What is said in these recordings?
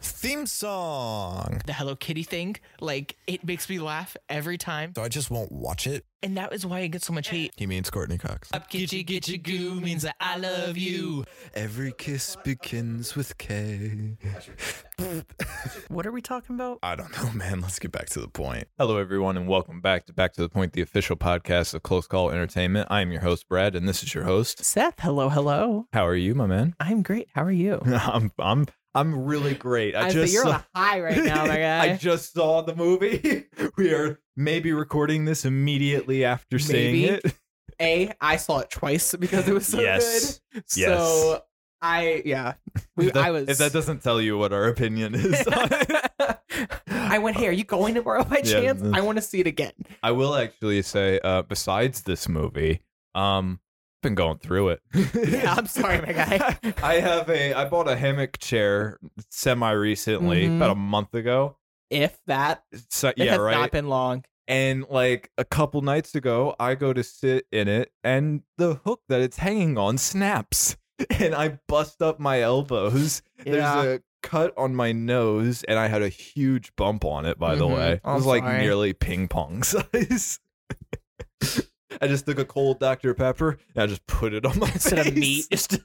theme song. The Hello Kitty thing, like it makes me laugh every time. So I just won't watch it. And that is why it gets so much hate. He means Courtney Cox. Up Gitchy Gitchy Goo means that I love you. Every kiss begins with K. What are we talking about? I don't know, man. Let's get back to the point. Hello, everyone, and welcome back to Back to the Point, the official podcast of Close Call Entertainment. I am your host, Brad, and this is your host. Seth, hello, hello. How are you, my man? I'm great. How are you? I'm I'm I'm really great. I, I just say you're saw, on a high right now, my guy. I just saw the movie. We are maybe recording this immediately after seeing Maybe. it. A, I saw it twice because it was so Yes. good. Yes. So I yeah. We, If that- I was If that doesn't tell you what our opinion is, on it. I went, hey, are you going tomorrow by Yeah. chance? I want to see it again. I will actually say, uh, besides this movie, um, I've been going through it. Yeah, I'm sorry, my guy. I have a I bought a hammock chair semi recently, Mhm. about a month ago. If that So, it yeah, has right. not been long. and like a couple nights ago, I go to sit in it, and the hook that it's hanging on snaps, and I bust up my elbows. Yeah. There's a cut on my nose, and I had a huge bump on it. By the Mhm. way, it I'm was like sorry. nearly ping pong size. I just took a cold Dr Pepper and I just put it on my Instead face. of meat. Just,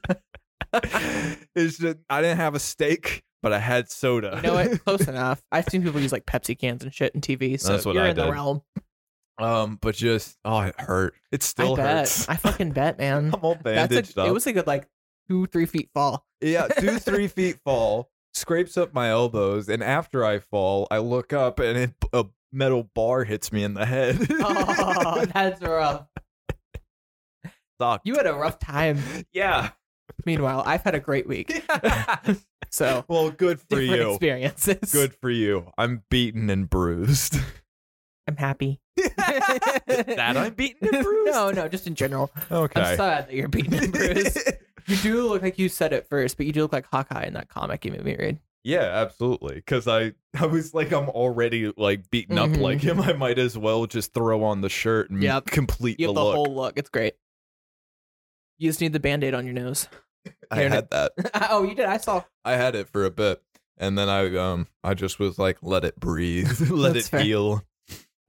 it's just, I didn't have a steak, but I had soda. you know what? Close enough. I've seen people use like Pepsi cans and shit in TV. So That's what you're I in the did. realm. um, but just oh, it hurt. It still I bet. hurts. I fucking bet, man. I'm all bandaged That's a, up. it was a good like two, three feet fall. yeah, two three feet fall scrapes up my elbows, and after I fall, I look up and it, a metal bar hits me in the head. Oh, that's rough. Sucked. You had a rough time. yeah. Meanwhile, I've had a great week. So well, good for different you. experiences. Good for you. I'm beaten and bruised. I'm happy. that I'm beaten and bruised. No, no, just in general. I'm Okay. sad that you're beaten and bruised. you do look like you said it first, but you do look like Hawkeye in that comic you made me read. Yeah, absolutely. Because I, I was like, I'm already like beaten Mhm. up like him. I might as well just throw on the shirt and Yep. complete You the have the look. whole look. It's great. You just need the band aid on your nose. I You're- had that. oh, you did. I saw. I had it for a bit, and then I, um, I just was like, let it breathe, let That's it fair. heal.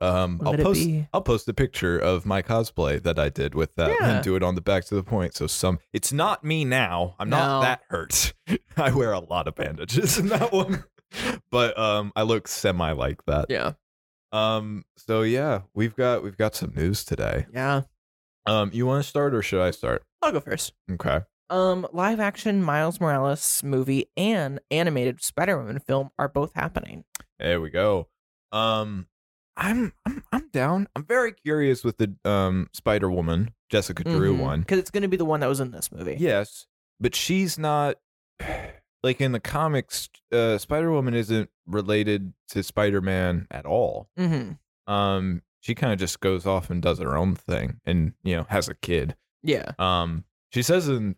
Um, Let I'll it post. be. I'll post a picture of my cosplay that I did with that Yeah. and do it on the back to the point. So some, it's not me now. I'm No. not that hurt. I wear a lot of bandages in that one, but um, I look semi like that. Yeah. Um. So yeah, we've got we've got some news today. Yeah. Um. You want to start or should I start? I'll go first. Okay. Um, live action Miles Morales movie and animated Spider Woman film are both happening. There we go. Um. I'm I'm I'm down. I'm very curious with the um Spider Woman Jessica Drew one. because Mm-hmm. it's going to be the one that was in this movie. Yes, but she's not like in the comics. Uh, Spider Woman isn't related to Spider Man at all. Mm-hmm. Um. She kind of just goes off and does her own thing, and you know has a kid. Yeah. Um, she says in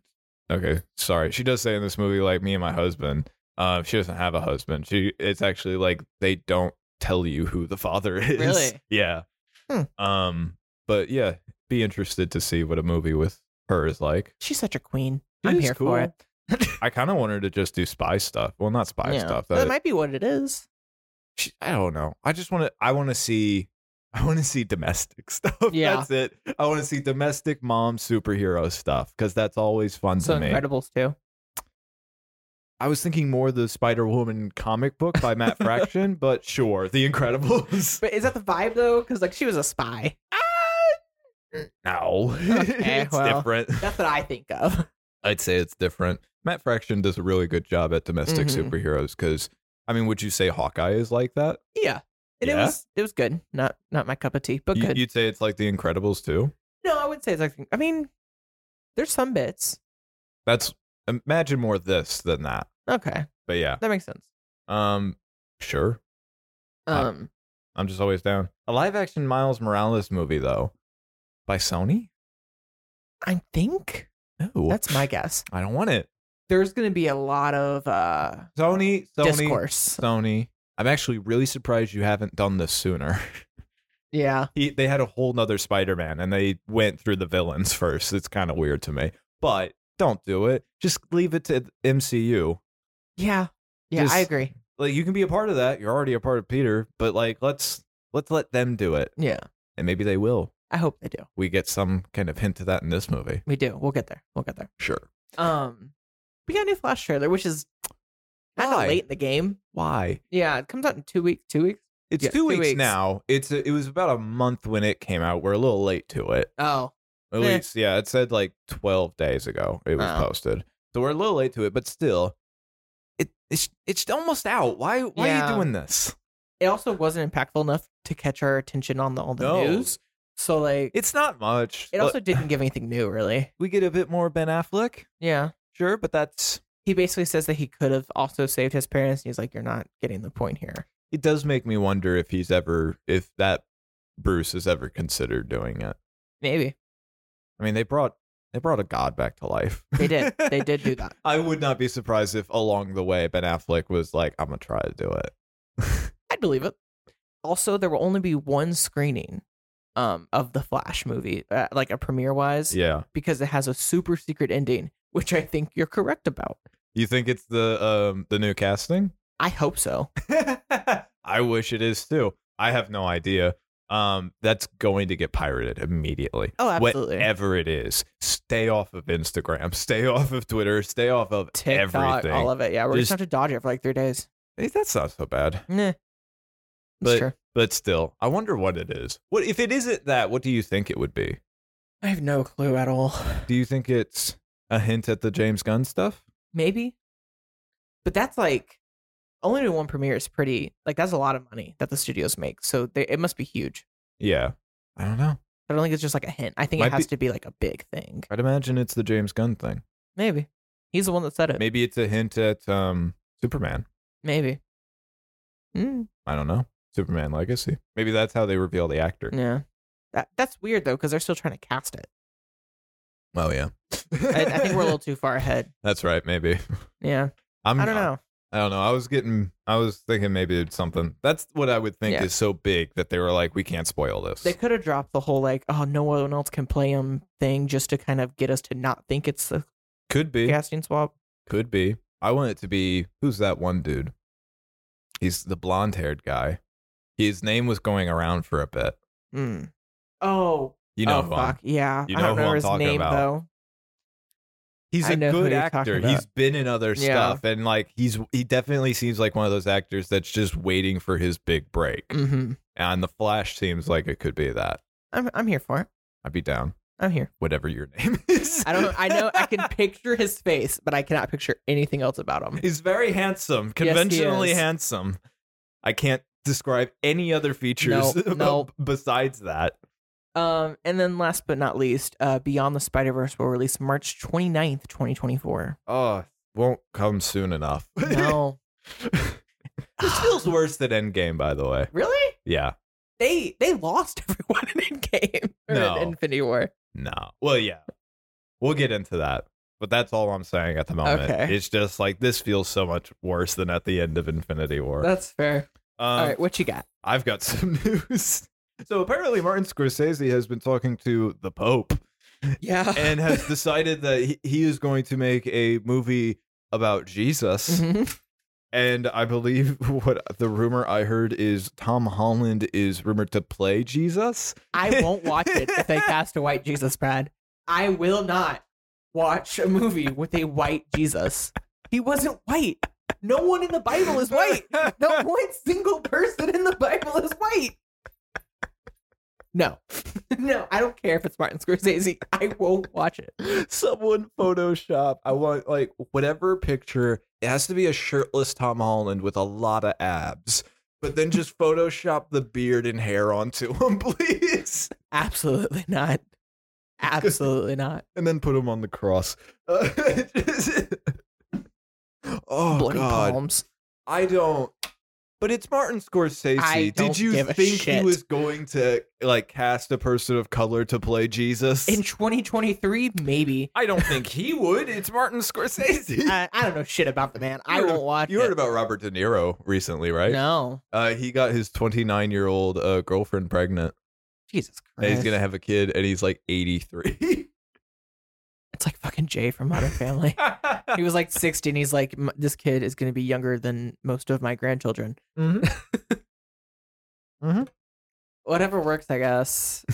okay, sorry, she does say in this movie like me and my husband. Uh, she doesn't have a husband. She it's actually like they don't tell you who the father is. Really? Yeah. Hmm. Um, but yeah, be interested to see what a movie with her is like. She's such a queen. She I'm is here for it. I kind of want her to just do spy stuff. Well, not spy Yeah. stuff. That, That, might be what it is. she- I don't know. I just want to. I want to see. I want to see domestic stuff. Yeah. That's it. I want to see domestic mom superhero stuff because that's always fun So to me. Incredibles too. I was thinking more of the Spider Woman comic book by Matt Fraction, but sure, The Incredibles. But is that the vibe though? Because like she was a spy. Ah! No, Okay, it's well. different. That's what I think of. I'd say it's different. Matt Fraction does a really good job at domestic Mhm. superheroes because, I mean, would you say Hawkeye is like that? Yeah. And it Yeah? was it was good. Not not my cup of tea, but You- good. You'd say it's like The Incredibles too. no, I would say it's like I mean, there's some bits. That's imagine more this than that. Okay, But yeah, that makes sense. um, sure, Uh, Um, I'm just always down. A live action Miles Morales movie though, by Sony? I think No, that's my guess. I don't want it. There's going to be a lot of uh Sony, Sony, discourse. Sony. I'm actually really surprised you haven't done this sooner. Yeah, he, they had a whole nother Spider-Man and they went through the villains first. It's kind of weird to me. But don't do it. Just leave it to MCU. yeah, yeah. Just- I agree. like you can be a part of that. You're already a part of Peter, but like let's let's let them do it, Yeah. and maybe they will. I hope they do. We get some kind of hint of that in this movie. We do. We'll get there. We'll get there. Sure. Um, we got a new Flash trailer, which is kind Why? of late in the game. Why? Yeah, it comes out in two weeks. Two weeks. It's Yeah, two, two weeks, weeks. now. It's it was about a month when it came out. We're a little late to it. Oh, At Eh. least, yeah, it said like 12 days ago it was Oh. posted. So we're a little late to it, but still, it it's it's almost out. Why why are Yeah. you doing this? it also wasn't impactful enough to catch our attention on the on the No. news. So like, It's not much. it Uh, also didn't give anything new, really. we get a bit more Ben Affleck, Yeah. sure, but that's He basically says that he could have also saved his parents, and he's like, "You're not getting the point here." it does make me wonder if he's ever if that Bruce has ever considered doing it. Maybe I mean, they brought they brought a god back to life. they did. they did do that. I would not be surprised if along the way Ben Affleck was like, "I'm gonna try to do it." I'd believe it. Also, there will only be one screening um, of the Flash movie, uh, like a premiere wise, Yeah, because it has a super secret ending, which I think you're correct about. you think it's the um the new casting? I hope so. I wish it is too. I have no idea. Um, that's going to get pirated immediately. Oh, absolutely. Whatever it is, stay off of Instagram, stay off of Twitter, stay off of TikTok, everything. all of it. Yeah, we're just, Just- gonna have to dodge it for like three days. Hey, that's not so bad. Nah, that's But- true. But still, I wonder what it is. What if it isn't that? What do you think it would be? I have no clue at all. Do you think it's a hint at the James Gunn stuff? Maybe, but that's like only doing one premiere is pretty. Like that's a lot of money that the studios make, so they, it must be huge. Yeah, I don't know. But I don't think it's just like a hint. I think Might it has be- to be like a big thing. I'd imagine it's the James Gunn thing. Maybe he's the one that said it. Maybe it's a hint at um Superman. Maybe. Mm, I don't know. Superman Legacy. Maybe that's how they reveal the actor. yeah. That, that's weird though, because they're still trying to cast it. Oh yeah. I, I think we're a little too far ahead. That's right. Maybe. Yeah, I'm. I don't know. I don't know. I was getting. I was thinking maybe it's something. That's what I would think Yeah. is so big that they were like, we can't spoil this. They could have dropped the whole like, oh, no one else can play him thing just to kind of get us to not think it's the could be. casting swap. Could be. I want it to be. Who's that one dude? He's the blonde-haired guy. His name was going around for a bit. Hmm. Oh, You know oh, who I'm fuck. Yeah. you I know don't who I'm remember his talking name about. though. He's I a know who good you're talking actor. about. He's been in other Yeah. stuff, and like he's he definitely seems like one of those actors that's just waiting for his big break. Mm-hmm. And the Flash seems like it could be that. I'm I'm here for it. I'd be down. I'm here. Whatever your name is. I don't I know I can picture his face, but I cannot picture anything else about him. He's very handsome, he conventionally is. handsome. I can't describe any other features No, no. besides that. Um, and then last but not least, uh, Beyond the Spider Verse will release March 29th, 2024. Oh, won't come soon enough. No, this feels worse than Endgame, by the way. really? Yeah. They they lost everyone in Endgame or No. in Infinity War. No. Well, yeah. We'll get into that. But that's all I'm saying at the moment. Okay. It's just like this feels so much worse than at the end of Infinity War. That's fair. um, All right, what you got? I've got some news. So apparently, Martin Scorsese has been talking to the Pope Yeah. and has decided that he, he is going to make a movie about Jesus. Mhm. And I believe what the rumor I heard is Tom Holland is rumored to play Jesus. I won't watch it if they cast a white Jesus, Brad. I will not watch a movie with a white Jesus. He wasn't white. No one in the Bible is white. No one single person in the Bible is white. No, no, I don't care if it's Martin Scorsese. I won't watch it. Someone Photoshop. I want like whatever picture. It has to be a shirtless Tom Holland with a lot of abs. But then just Photoshop the beard and hair onto him, please. Absolutely not. Absolutely not. and then put him on the cross. Uh, oh Bloody God, palms. I don't. But it's Martin Scorsese. I Did don't you give a think he shit. was going to like cast a person of color to play Jesus? In 2023, maybe. I don't think he would. It's Martin Scorsese. I, I don't know shit about the man. I You heard- won't watch you it. heard about Robert De Niro recently, right? No. Uh, he got his 29 year old uh, girlfriend pregnant, Jesus and Christ. he's gonna have a kid, and he's like 83. It's like fucking Jay from Modern Family. he was like 60 and he's like, "M- this kid is going to be younger than most of my grandchildren. Whatever works, I guess.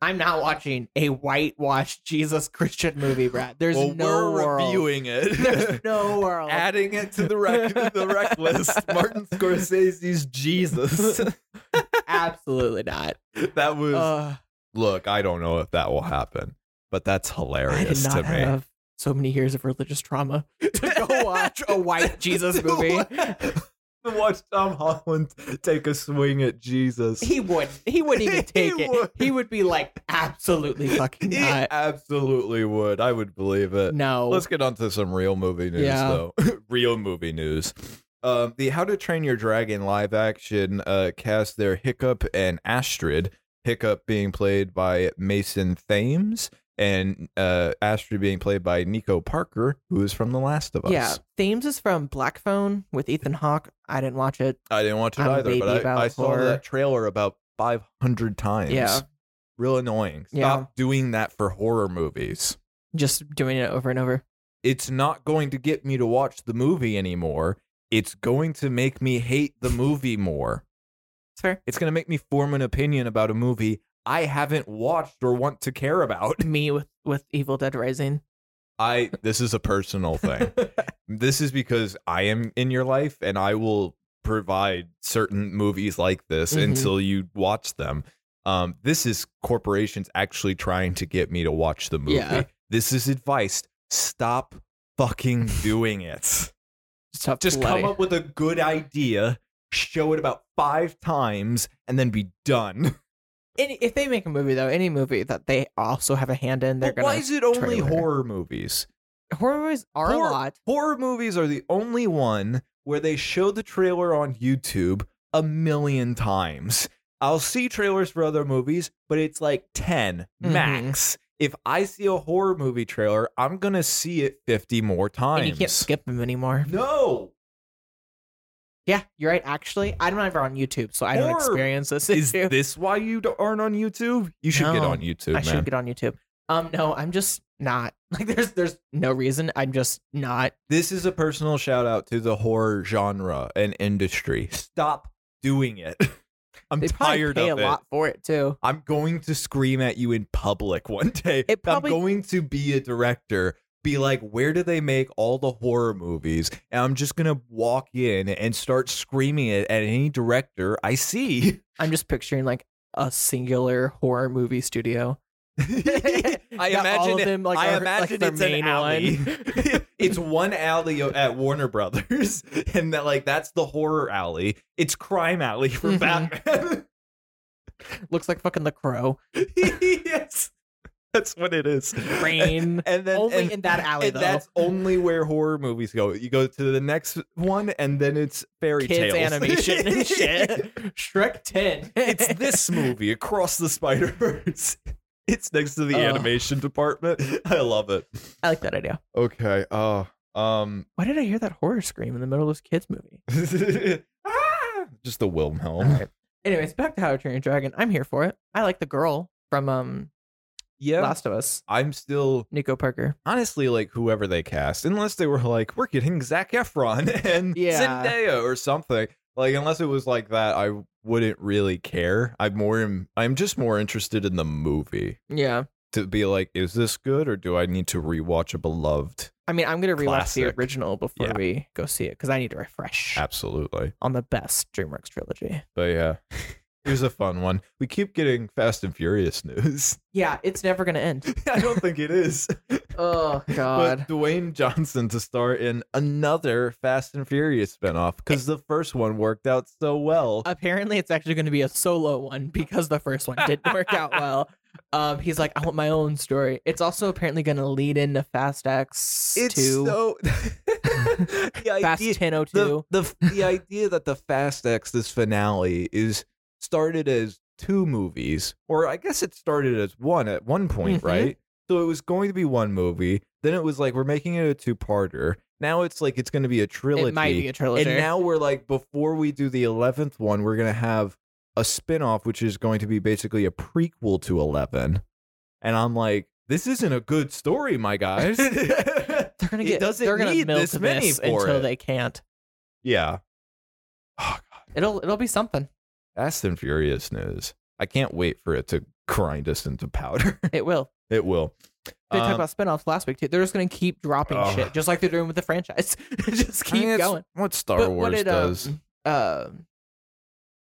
I'm not watching a whitewashed Jesus Christian movie, Brad. There's well, no we're world. reviewing There's it. no world. Adding it to the rec, the rec list. Martin Scorsese's Jesus. Absolutely not. that was. Ugh. look, I don't know if that will happen, but that's I did hilarious to not me. have so many years of religious trauma to go watch a white Jesus movie. Watch Tom Holland take a swing at Jesus. He would. He wouldn't even He take it. would. He would be like, absolutely fucking He not. Absolutely would. I would believe it. No. Let's get on to some real movie news, Yeah. though. real movie news. Um, the How to Train Your Dragon live action uh, cast their Hiccup and Astrid. Hiccup being played by Mason Thames and uh, Astrid being played by Nico Parker, who is from The Last of Us. yeah. Thames is from Black Phone with Ethan Hawke. I didn't watch it. I didn't watch it I'm a either, baby but about I, I saw horror. that trailer about 500 times. Yeah. Real annoying. Stop Yeah. doing that for horror movies. Just doing it over and over. it's not going to get me to watch the movie anymore. It's going to make me hate the movie more. It's fair. It's going to make me form an opinion about a movie I haven't watched or want to care about. Me with with Evil Dead Rising. I this is a personal thing. this is because I am in your life and I will provide certain movies like this Mhm. until you watch them. Um, this is corporations actually trying to get me to watch the movie. Yeah. This is advice. Stop fucking doing it. Stop Just bloody. come up with a good idea, show it about five times, and then be done. Any, if they make a movie though, any movie that they also have a hand in, they're But why gonna is it only trailer. horror movies? horror movies are Horror- a lot. Horror movies are the only one where they show the trailer on YouTube a million times. I'll see trailers for other movies, but it's like 10 Mhm. max. If I see a horror movie trailer, I'm going to see it 50 more times. And you can't skip them anymore. No. Yeah, you're right. Actually, I'm not ever on YouTube, so I don't Horror experience this Is issue. this why you d- aren't on YouTube? You should get No, on YouTube, I man. should get on YouTube. Um, no, I'm just not. Like, there's there's no reason. I'm just not. this is a personal shout out to the horror genre and industry. Stop doing it. I'm They probably tired pay of a it. lot for it too. I'm going to scream at you in public one day. It probably- I'm going to be a director. Be like, where do they make all the horror movies? And I'm just gonna walk in and start screaming it at any director I see. I'm just picturing like a singular horror movie studio. I imagine. all of It, them, like, I are- imagine like, their it's an main alley. One. it's one alley o- at Warner Brothers, and that like that's the horror alley. It's crime alley for Mhm. Batman. Looks like fucking The Crow. yes, that's what it is. Rain. And then Only and- in that alley, and though. that's only where horror movies go. You go to the next one, and then it's fairy Kids tales, animation and shit. Shrek 10. It's this movie across the Spider Verse. It's next to the Ugh. animation department. I love it. I like that idea. Okay. Uh, um, Why did I hear that horror scream in the middle of this kids movie? Ah! just the Wilhelm. All right. Anyways, back to How to Train Your Dragon. I'm here for it. I like the girl from um Yeah. Last of Us, I'm still Nico Parker. honestly like whoever they cast, unless they were like, we're getting Zach Efron and Yeah. Zendaya or something. Like, unless it was like that, I wouldn't really care. I'm more, am- I'm just more interested in the movie Yeah. to be like, is this good or do I need to rewatch a beloved? I mean, I'm gonna rewatch the Classic. original before Yeah. we go see it because I need to refresh Absolutely. on the best DreamWorks trilogy. But yeah, here's a fun one. We keep getting Fast and Furious news. Yeah, it's never gonna end. I don't think it is. Oh God. But Dwayne Johnson to star in another Fast and Furious spinoff Eh, because the first one worked out so well. Apparently, it's actually gonna be a solo one because the first one didn't work out well. Um, he's like, I want my own story. It's also apparently gonna lead into Fast X It's Two, so the Fast idea, Ten O the, Two. the the idea that the Fast X this finale is started as two movies, or I guess it started as one at one point, Mhm. right? So it was going to be one movie. Then it was like we're making it a two-parter. Now it's like it's going to be a trilogy. It might be a trilogy. And now we're like, before we do the 11th one, we're going to have a spin off, which is going to be basically a prequel to 11. And I'm like, this isn't a good story, my guys. They're gonna It get. doesn't they're gonna need milk this many for until it. they can't. yeah. Oh, It'll it'll be something. Fast and Furious news. I can't wait for it to grind us into powder. It will. it will. They Um, talked about spin-offs last week too. They're just gonna keep dropping Ugh. shit, just like they're doing with the franchise. just I mean, keep it's going. What Star But Wars what did, um, does. um,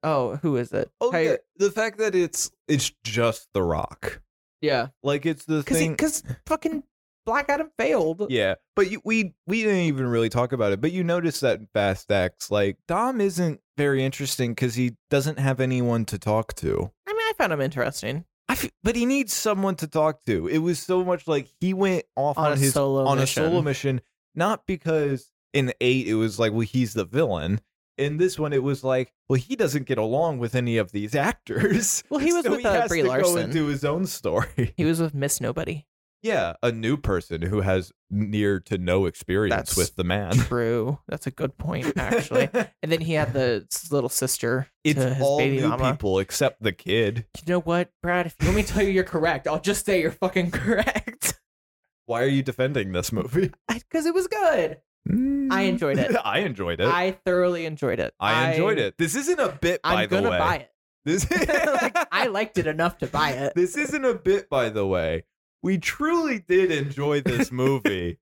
oh, who is it? Oh, Ty- yeah, the fact that it's it's just The Rock, yeah, like it's the because thing. because fucking Black Adam failed. yeah, but you, we we didn't even really talk about it. But you notice that in Fast X, like Dom isn't very interesting because he doesn't have anyone to talk to. I mean, I found him interesting I f- but he needs someone to talk to. It was so much like he went off on, on, a his solo on mission. a solo mission, not because in eight it was like, well, he's the villain. In this one, it was like, well, he doesn't get along with any of these actors. Well, he was so with he uh, has Brie to go Larson. and do his own story. he was with Miss Nobody. yeah, a new person who has near to no experience That's with the man. True, that's a good point actually. and then he had the s- little sister it's to his all baby new mama. people except the kid. You know what, Brad? If you want me to tell you you're correct, I'll just say you're fucking correct Why are you defending this movie? because it was good. I enjoyed it. I enjoyed it. I, I thoroughly enjoyed it. enjoyed it. This isn't a bit. by I'm the gonna way. buy it. This Like, I liked it enough to buy it. this isn't a bit, by the way. We truly did enjoy this movie,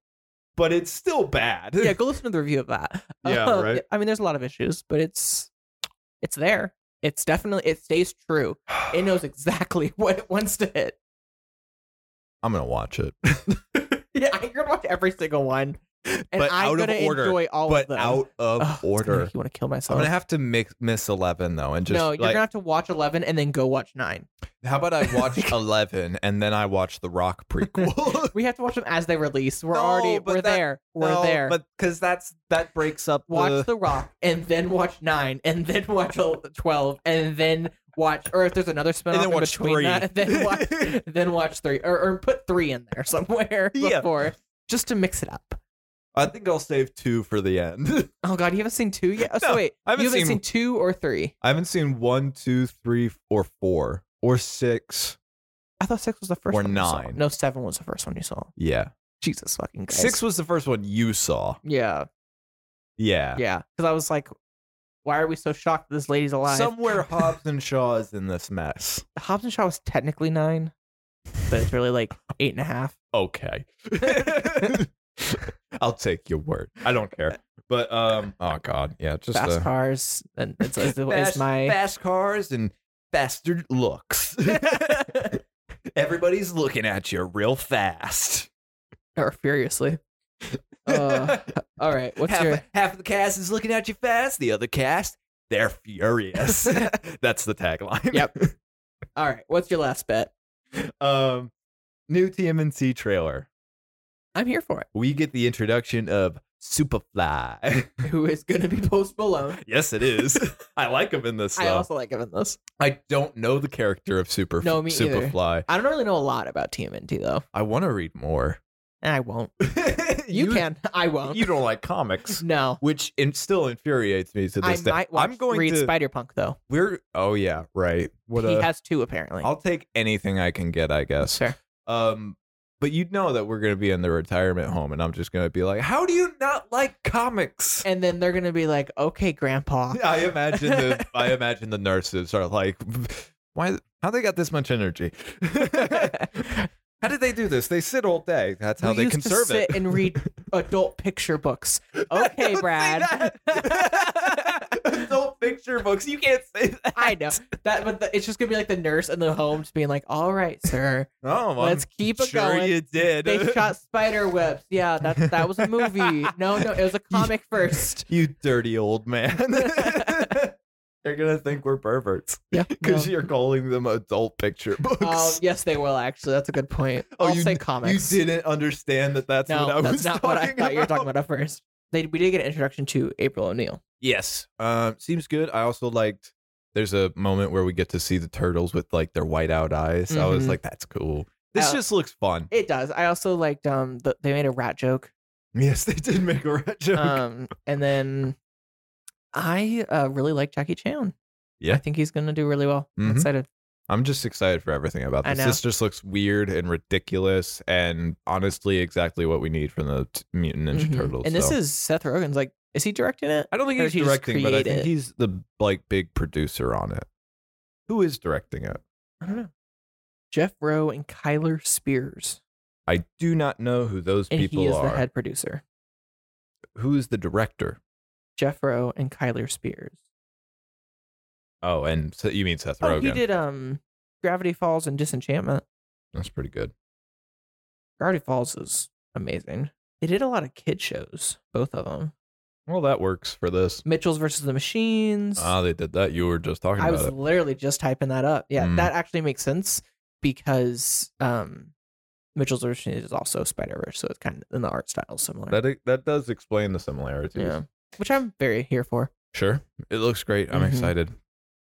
but it's still bad. Yeah, go listen to the review of that. Oh, Yeah, right. I mean, there's a lot of issues, but it's it's there. It's definitely it stays true. It knows exactly what it wants to hit. I'm gonna watch it, Yeah, I'm gonna watch every single one, and But I'm out of gonna order, enjoy all of but them. out of Ugh, it's gonna order. make You want to kill I'm myself? gonna have to mix, miss eleven though, and just no, you're like, gonna have to watch eleven and then go watch nine. how about I watch eleven and then I watch the Rock prequel? We have to watch them as they release. We're No, already but we're that- there. We're there. but uh, because that's that breaks up. watch the, The Rock and then watch nine and then watch el- twelve and then watch or if there's another spinoff then in watch between three. that, then watch then watch three or, or put three in there somewhere Yeah. before just to mix it up. I think I'll save two for the end. Oh God, you haven't seen two yet. Oh, so No, wait, I haven't you seen- haven't seen... two or three. I haven't seen one, two, three, or four, or six. I thought six was the first Or one. you saw. nine. No, seven was the first one you saw. Yeah, Jesus fucking Christ. six was the first one you saw. Yeah, Yeah, yeah. Because I was like, why are we so shocked that this lady's alive? Somewhere Hobbs and Shaw is in this mess. Hobbs and Shaw was technically nine, but it's really like eight and a half. Okay. I'll take your word. I don't care. But um oh god, yeah, just fast uh, cars and it's, it's, it's fast- my fast cars and bastard looks. Everybody's looking at you real fast. or furiously. Uh, all right, what's half, your half of the cast is looking at you fast, the other cast, they're furious. That's the tagline. Yep. all right? What's your last bet? Um new TMNC trailer. I'm here for it. we get the introduction of Superfly. Who is going to be Post Malone? yes, it is. I like him in this. Though. I I, also like giving this. don't know the character of Super No, me either. Superfly. I don't really know a lot about TMNT though, I want to read more. and I won't. you, You, can, I won't. You don't like comics, no, which in, still infuriates me to I this day. might watch, I'm going read to. Spider Punk though. we're. Oh yeah, right. What he a, has two apparently. I'll take anything I can get. I guess. Sure. Um. But you know that we're going to be in the retirement home, and I'm just going to be like, "How do you not like comics?" And then they're going to be like, "Okay, Grandpa." I imagine the I imagine the nurses are like, why? How they got this much energy? how did they do this? They sit all day. That's how we they used conserve to sit it. and read adult picture books. Okay, Brad. Adult picture books. You can't say that. I know that, but the, it's just gonna be like the nurse in the home just being like, "All right, sir, Oh, I'm let's keep it sure going." you did. They shot spider webs. Yeah, that that was a movie. No, no, it was a comic first. you dirty old man. They're gonna think we're perverts Yeah, because no. you're calling them adult picture books. Oh, yes, they will actually. That's a good point. Oh, I'll you- say you comics. didn't understand that that's no, what I that's was not talking what I thought you were about. talking about at first. They, we did get an introduction to April O'Neil. Yes. Um, seems good. I also liked there's a moment where we get to see the turtles with like their white out eyes. I was Mhm. like, that's cool. This Uh, just looks fun. It does. I also liked um the, they made a rat joke. Yes, they did make a rat joke. Um and then I uh, really like Jackie Chan. Yeah. I think he's gonna do really well. Mhm. I'm excited. I'm just excited for everything about I this. know. This just looks weird and ridiculous, and honestly, exactly what we need from the t- Mutant Ninja Mhm. Turtles. And this so. is Seth Rogen's like, is he directing it? I don't think or he's did he just directing, but I create think it? he's the like big producer on it. Who is directing it? I don't know. Jeff Rowe and Kyler Spears, I do not know who those and people he is are. the head producer. Who is the director? Jeff Rowe and Kyler Spears. Oh, and so you mean Seth Oh, Rogen? he did um, Gravity Falls and Disenchantment. That's pretty good. Gravity Falls is amazing. They did a lot of kid shows, both of them. Well, that works for this. Mitchell's versus the Machines. Ah, they did that. You were just talking I about was it. literally just typing that up. Yeah, Mm. that actually makes sense because um, Mitchell's versus the Machines is also Spider Verse, so it's kind of in the art style similar. That e, that does explain the similarities. yeah, which I'm very here for Sure. It looks great. I'm Mhm. excited.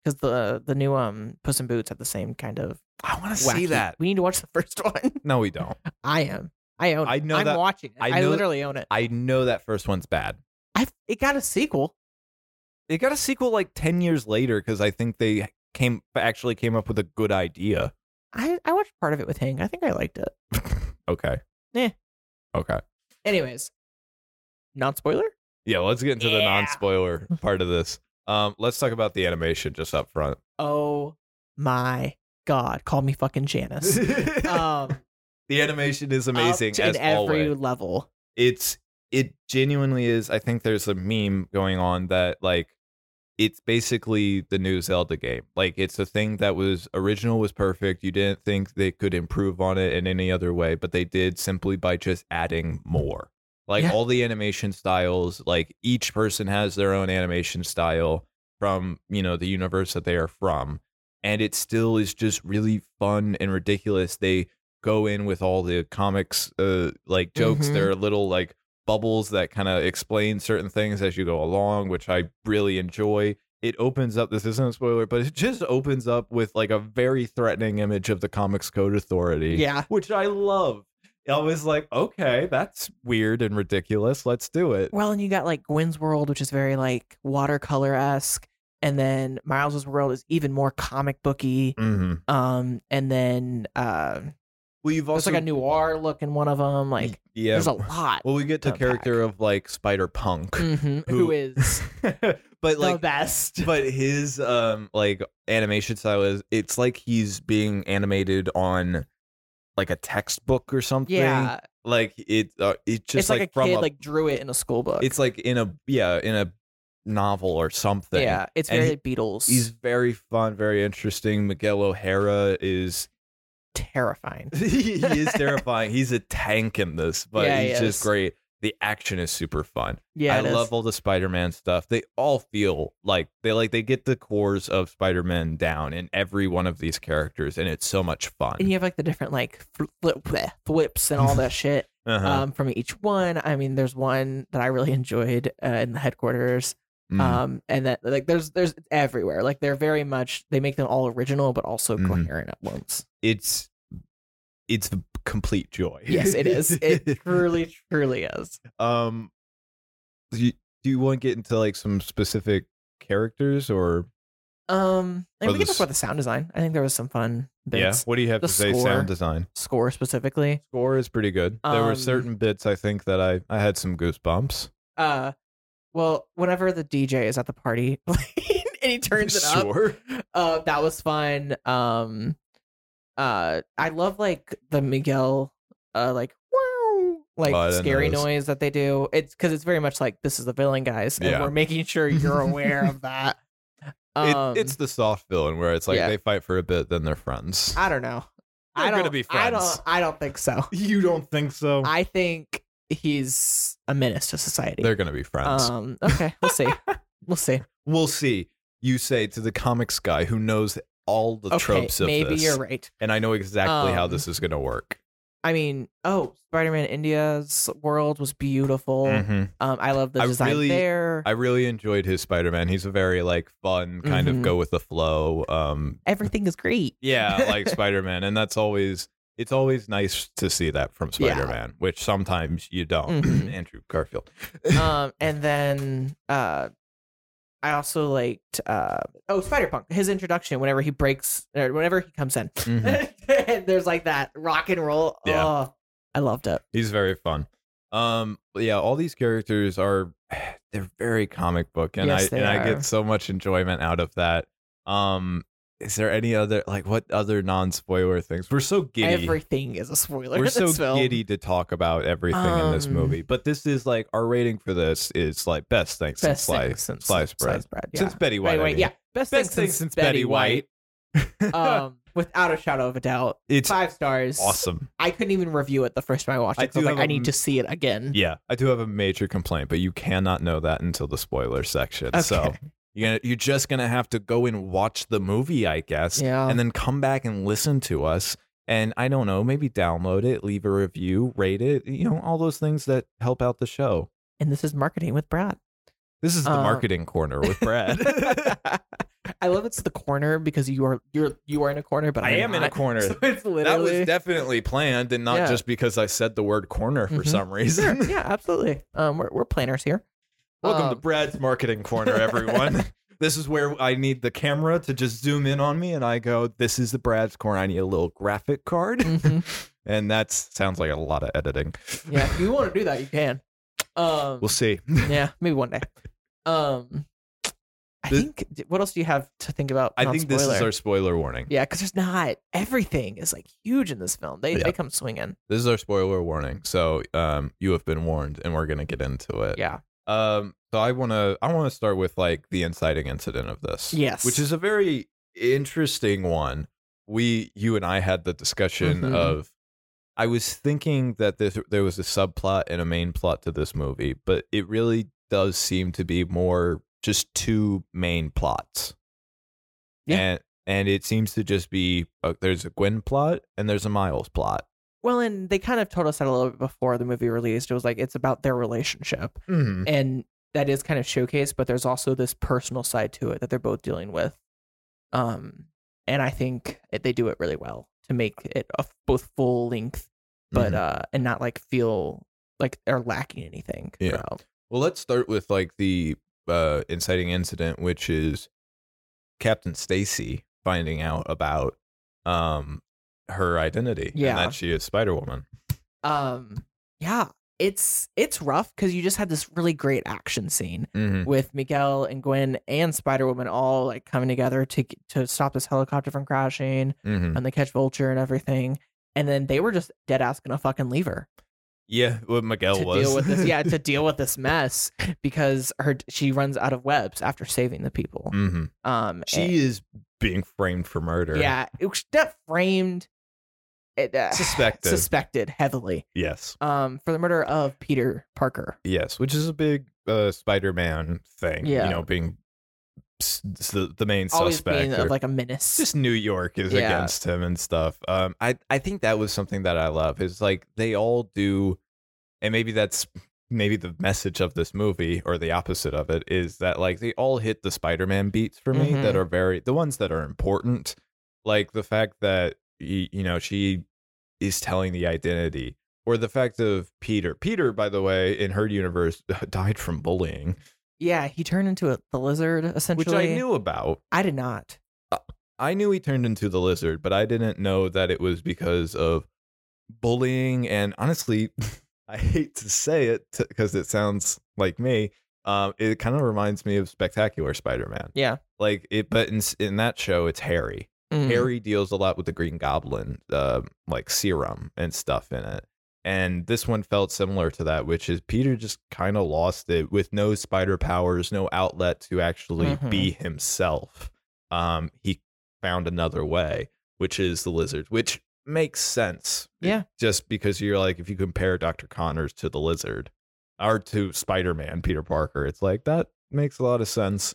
because the the new um Puss in Boots have the same kind of I want to wacky- We need to watch the first one. No, we don't. I am. I own. It. I know I'm that- watching it. I I, know- literally own it. I know that first one's bad. I it got a sequel. They got a sequel like 10 years later because I think they came actually came up with a good idea. I I watched part of it with Hank. I think I liked it. Okay. Eh. Okay. Anyways, non spoiler. Yeah, let's get into the Yeah. non spoiler part of this. Um, let's talk about the animation just up front. Oh my god! Call me fucking Janice. the um, animation is amazing up to- as in every always. level. It's it genuinely is. I think there's a meme going on that like it's basically the new Zelda game. Like it's a thing that was original was perfect. You didn't think they could improve on it in any other way, but they did simply by just adding more. Like Yeah. all the animation styles, like each person has their own animation style from, you know, the universe that they are from. And it still is just really fun and ridiculous. They go in with all the comics uh like jokes. Mhm. There are little like bubbles that kind of explain certain things as you go along, which I really enjoy. It opens up, this isn't a spoiler, but it just opens up with like a very threatening image of the Comics Code Authority, Yeah. which I love. I was like, okay, that's weird and ridiculous. Let's do it. Well, and you got like Gwen's world, which is very like watercolor esque, and then Miles's world is even more comic booky. Mm-hmm. Um, and then uh, Well, you've there's also Mm, like a noir look in one of them. Like yeah. there's a lot. well, we get the to character of like Spider Punk, Mhm, who- who is but like the best? but his um like animation style is it's like he's being animated on like a textbook or something Yeah, like it uh, it just it's like, a from kid a, like drew it in a school book. it's like in a yeah in a novel or something yeah, it's And very Beatles. he's very fun very interesting miguel o'hara is terrifying. he is terrifying he's a tank in this but Yeah, he he's is. just great the action is super fun Yeah, I it is. love all the Spider-Man stuff. They all feel like they like they get the cores of Spider-Man down in every one of these characters, and it's so much fun. And you have like the different like fl- flip, bleh, flips and all that shit Uh-huh. um, from each one. I mean, there's one that I really enjoyed uh, in the headquarters. Mm. um and that like there's there's everywhere like they're very much they make them all original but also Mhm. coherent at once it's it's a complete joy. yes it is it truly truly is um, do you, do you want to get into like some specific characters or um and Or we the can talk s- about the sound design i think there was some fun bits What do you have The to say? score. Sound design score specifically score is pretty good. there were Um, certain bits I think that I I had some goosebumps. uh well whenever the dj is at the party and he turns it up sure. uh that was fun um uh i love like the miguel uh like wow like Oh, I didn't scary notice. noise that they do it's because it's very much like this is the villain guys and Yeah. we're making sure you're aware of that It- um it's the soft villain where it's like yeah. they fight for a bit, then they're friends. i don't know i They're don't gonna be i friends. don't i don't think so You don't think so? i think he's a menace to society They're gonna be friends. um okay we'll see we'll see we'll see. You say to the comics guy who knows all the okay tropes of maybe this, you're right and I know exactly how Um, this is gonna work. i mean oh spider-man india's world was beautiful Mhm. Um, I love the I design really- there. I really enjoyed his Spider-Man. He's a very like fun kind Mhm. of go with the flow. Um, Everything is great. yeah, like Spider-Man, and that's always it's always nice to see that from Yeah. Spider-Man, which sometimes you don't. Mhm. Andrew Garfield. um, and then uh, I also liked uh oh Spider Punk. His introduction whenever he breaks or whenever he comes in. Mhm. There's like that rock and roll. Yeah. Oh, I loved it. He's very fun. Um, but yeah, all these characters are they're very comic book, and Yes, I they and I are. get so much enjoyment out of that. Um, is there any other like what other non spoiler things? We're so giddy. Everything is a spoiler. We're in so this film. giddy to talk about everything in this Um, movie, but this is like our rating for this is like best thanks to Best slice thing since sliced bread. sliced bread. Yeah. since Betty White. I Anyway, mean. yeah. Best, best thing thing since Betty White. um, without a shadow of a doubt. It's Five stars. awesome. I couldn't even review it the first time I watched I it. 'cause I, do was like, have a I need m- to see it again. Yeah, I do have a major complaint, but you cannot know that until the spoiler section. So Okay. you're gonna, you're just gonna have to go and watch the movie, I guess, Yeah. and then come back and listen to us. And I don't know, maybe download it, leave a review, rate it, you know, all those things that help out the show. and this is marketing with Brad. This is the Uh, marketing corner with Brad. I love it's the corner because you are you're you are in a corner, but I I'm am in a not. corner. So it's literally That was definitely planned, and not Yeah. just because I said the word corner for Mhm. some reason. Sure, yeah, absolutely. Um, we're we're planners here. Welcome to Um, Brad's Marketing Corner, everyone. this is where I need the camera to just zoom in on me, and I go, "This is the Brad's Corner." I need a little graphic card, mhm. and that sounds like a lot of editing. Yeah, if you want to do that, you can. Um, We'll see. yeah, maybe one day. Um, I This- think. What else do you have to think about? I think this is non-spoiler? our spoiler warning. Yeah, because there's not everything is like huge in this film. They Yeah. they come swinging. This is our spoiler warning, so um, you have been warned, and we're gonna get into it. Yeah. Um. So I wanna I wanna start with like the inciting incident of this. Yes. which is a very interesting one. We, you and I had the discussion Mhm. of. I was thinking that this, there was a subplot and a main plot to this movie, but it really does seem to be more just two main plots. Yeah. And, and it seems to just be uh, there's a Gwen plot and there's a Miles plot. well, and they kind of told us that a little bit before the movie released. It was like it's about their relationship. Mm-hmm. and that is kind of showcased but there's also this personal side to it that they're both dealing with um and i think it, they do it really well to make it a, f- both full length but Mm-hmm. uh and not like feel like they're lacking anything Yeah. throughout. Well, let's start with like the uh, inciting incident, which is Captain Stacy finding out about um, her identity Yeah. and that she is Spider Woman. um yeah it's it's rough because you just had this really great action scene Mm-hmm. with Miguel and Gwen and Spider Woman all like coming together to to stop this helicopter from crashing, Mm-hmm. and they catch Vulture and everything, and then they were just dead ass gonna fucking leave her. Yeah, what Miguel to was. deal with this. Yeah, to deal with this mess because her she runs out of webs after saving the people. hmm Um, She and- is being framed for murder. yeah, it was that framed, it, uh, Suspected. suspected heavily, yes. um, for the murder of Peter Parker. Yes, which is a big uh, Spider Man thing. Yeah. You know, being s- s- the, the main Always suspect. being or- of like a menace. just New York is Yeah. against him and stuff. Um, I I think that was something that I love is like they all do, and maybe that's maybe the message of this movie or the opposite of it is that like they all hit the Spider-Man beats for me that Mhm. are very the ones that are important, like the fact that y- you know she is telling the identity or the fact of Peter. Peter, by the way, in her universe, died from bullying, yeah, he turned into a, the lizard essentially. which I knew about. I did not. I knew he turned into the lizard, but I didn't know that it was because of bullying. And honestly, I hate to say it because it sounds like me. Um, it kind of reminds me of Spectacular Spider-Man. Yeah. Like it, but in in that show, it's Harry. Mm. Harry deals a lot with the Green Goblin, uh, like serum and stuff in it. And this one felt similar to that, which is Peter just kind of lost it with no spider powers, no outlet to actually Mhm. be himself. Um, he found another way, which is the lizard, which makes sense. eh, Yeah. Just because you're like, if you compare Dr. Connors to the lizard or to Spider Man, Peter Parker, it's like that makes a lot of sense.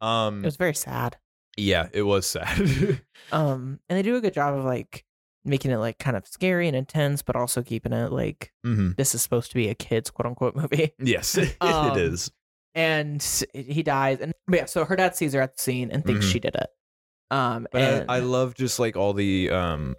It Um, was very sad. yeah, it was sad. Mm-hmm. Um, and they do a good job of like making it like kind of scary and intense, but also keeping it like hmm this is supposed to be a kids quote unquote movie. Yes, Um, it is. and he dies. And but yeah, so her dad sees her at the scene and thinks Mhm. she did it. Um, But and I, I love just like all the um,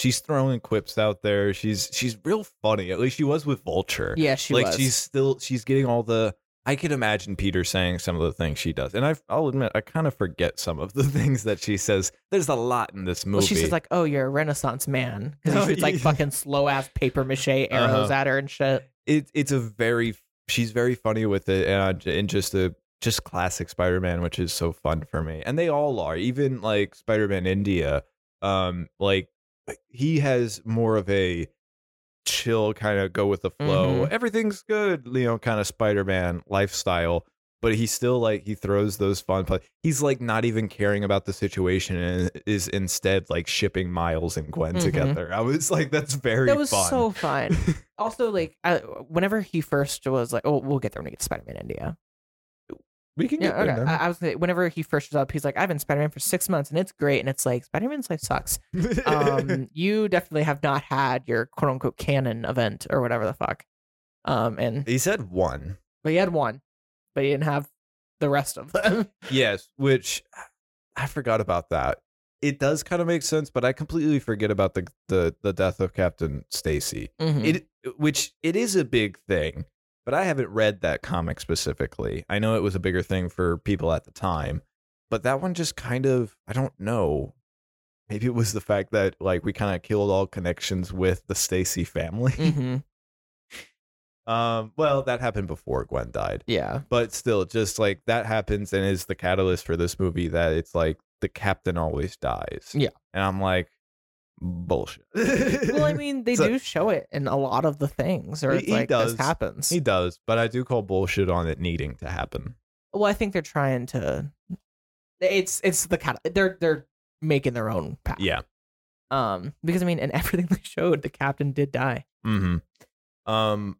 she's throwing quips out there. She's she's real funny. At least she was with Vulture. yeah, she like was. she's still she's getting all the I could imagine Peter saying some of the things she does, and I, I'll admit I kind of forget some of the things that she says. There's a lot in this movie. Well, she says like, "Oh, you're a Renaissance man," because he shoots like fucking slow ass paper mache arrows Uh-huh. at her and shit. it, it's a very she's very funny with it, and, I j- and just a just classic Spider-Man, which is so fun for me. And they all are, even like Spider-Man India. Um, like he has more of a chill kind of go with the flow. Mm-hmm. Everything's good, you know, kind of Spider-Man lifestyle. But he still like he throws those fun. Play. He's like not even caring about the situation and is instead like shipping Miles and Gwen Mhm. together. I was like, that's very That was fun. so fun. also, like, I, whenever he first was like, "Oh, we'll get there when we get to Spider-Man India." we can get Yeah, there. okay. I, I was whenever he first shows up, he's like, "I've been Spider-Man for six months and it's great," and it's like, "Spider-Man's life sucks." Um, you definitely have not had your quote unquote canon event or whatever the fuck. Um, and He said one. but he had one, but he didn't have the rest of them. Yes, which I forgot about that. It does kind of make sense, but I completely forget about the the, the death of Captain Stacy. Mhm. It which it is a big thing, but I haven't read that comic specifically. I know it was a bigger thing for people at the time, but that one just kind of I don't know. Maybe it was the fact that like we kind of killed all connections with the Stacy family. Mhm. Um, well, that happened before Gwen died. Yeah. but still just like that happens and is the catalyst for this movie that it's like the captain always dies Yeah. and i'm like bullshit Well, I mean, they So- do show it in a lot of the things, or He- it's he like does. this happens. he does but i do call bullshit on it needing to happen well, I think they're trying to. It's it's the cat. They're they're making their own path. yeah Um, because I mean, in everything they showed, the captain did die. mm-hmm um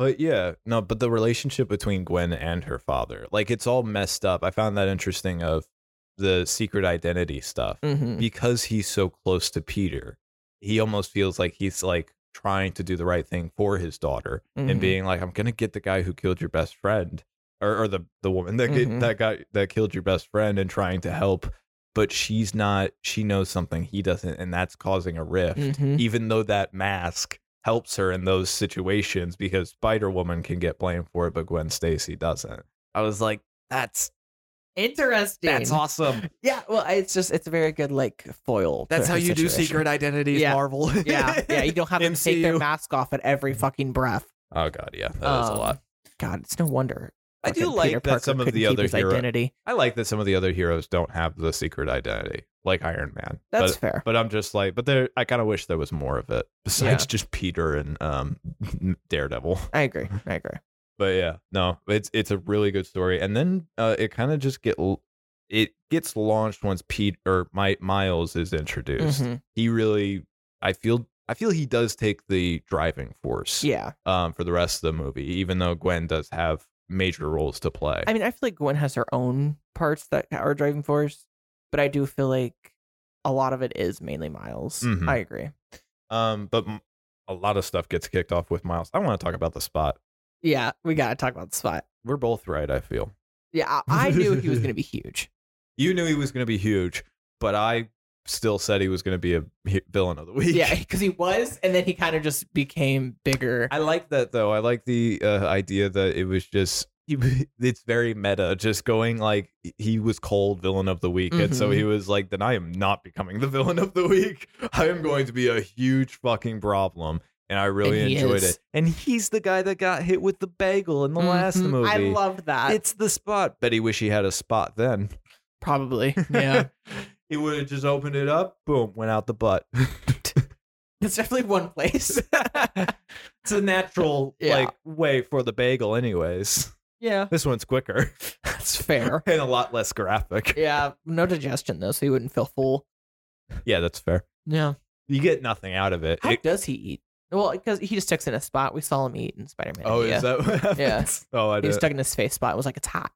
but yeah no but the relationship between gwen and her father like it's all messed up i found that interesting of the secret identity stuff Mm-hmm. because he's so close to Peter, he almost feels like he's like trying to do the right thing for his daughter and being like, I'm gonna get the guy who killed your best friend or, or the the woman that ki- Mhm. that guy that killed your best friend and trying to help, but she's not. She knows something he doesn't, and that's causing a rift. Mm-hmm. Even though that mask helps her in those situations because Spider Woman can get blamed for it, but Gwen Stacy doesn't. I was like, that's Interesting. that's awesome. Yeah. Well, it's just it's a very good like foil. to her situation. identities, Yeah. Marvel. Yeah. Yeah. You don't have them take their MCU. mask off at every fucking breath. Oh god, yeah, Mm-hmm. that is a Um, lot. God, it's no wonder. I do fucking like Peter that Parker some of couldn't the keep other his hero- identity. I like that some of the other heroes don't have the secret identity, like Iron Man. That's but, fair. but I'm just like, but there, I kind of wish there was more of it besides just Peter and um, Daredevil. I agree. I agree. But yeah, no, it's it's a really good story, and then uh, it kind of just get l- it gets launched once Pete or my Miles is introduced. Mhm. He really, I feel, I feel he does take the driving force. Yeah. um, for the rest of the movie, even though Gwen does have major roles to play. I mean, I feel like Gwen has her own parts that are driving force, but I do feel like a lot of it is mainly Miles. Mhm. I agree. um, but m- a lot of stuff gets kicked off with Miles. I want to talk about the spot. Yeah, we gotta talk about the spot. We're both right, I feel. Yeah, I, I knew he was gonna be huge. You knew he was going to be huge, but I still said he was going to be a he- villain of the week. Yeah, because he was, and then he kind of just became bigger. I like that though. I like the uh, idea that it was just he, it's very meta, just going like he was called villain of the week, and so Mhm. he was like, "Then I am not becoming the villain of the week. I am going to be a huge fucking problem." And I really And he enjoyed is. it. And he's the guy that got hit with the bagel in the last Mhm. movie. I loved that. it's the spot. Betty wish he had a spot then. probably yeah. he would have just opened it up. Boom, went out the butt. it's definitely one place. it's a natural Yeah. like way for the bagel, anyways. yeah, This one's quicker that's fair. and a lot less graphic. Yeah, no digestion though, so he wouldn't feel full. Yeah, that's fair. Yeah. You get nothing out of it. How It- does he eat? Well, because he just sticks in a spot. We saw him eat in Spider Man. oh, is that what Yeah. happens? Oh, I He was didn't. stuck in his face spot. It was like it's hot.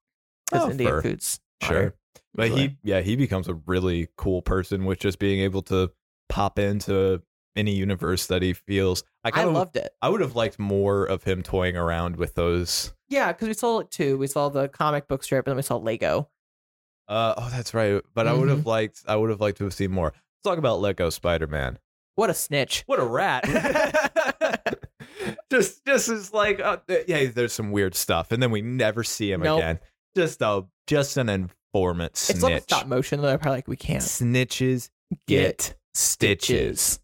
Because Oh, Indian fair. food's Sure. hotter. But Usually. he, yeah, he becomes a really cool person with just being able to pop into any universe that he feels. I I kind of, loved it. I would have liked more of him toying around with those. Yeah, because we saw it too. We saw the comic book strip, and then we saw Lego. Uh, oh, that's right. But Mm-hmm. I would have liked, I would have liked to have seen more. Let's talk about Lego Spider Man. What a snitch! What a rat. just just is like uh, th- yeah there's some weird stuff and then we never see him Nope. again just a just an informant It's like snitch stop motion though. They're Probably like we can't snitches get stitches stitches.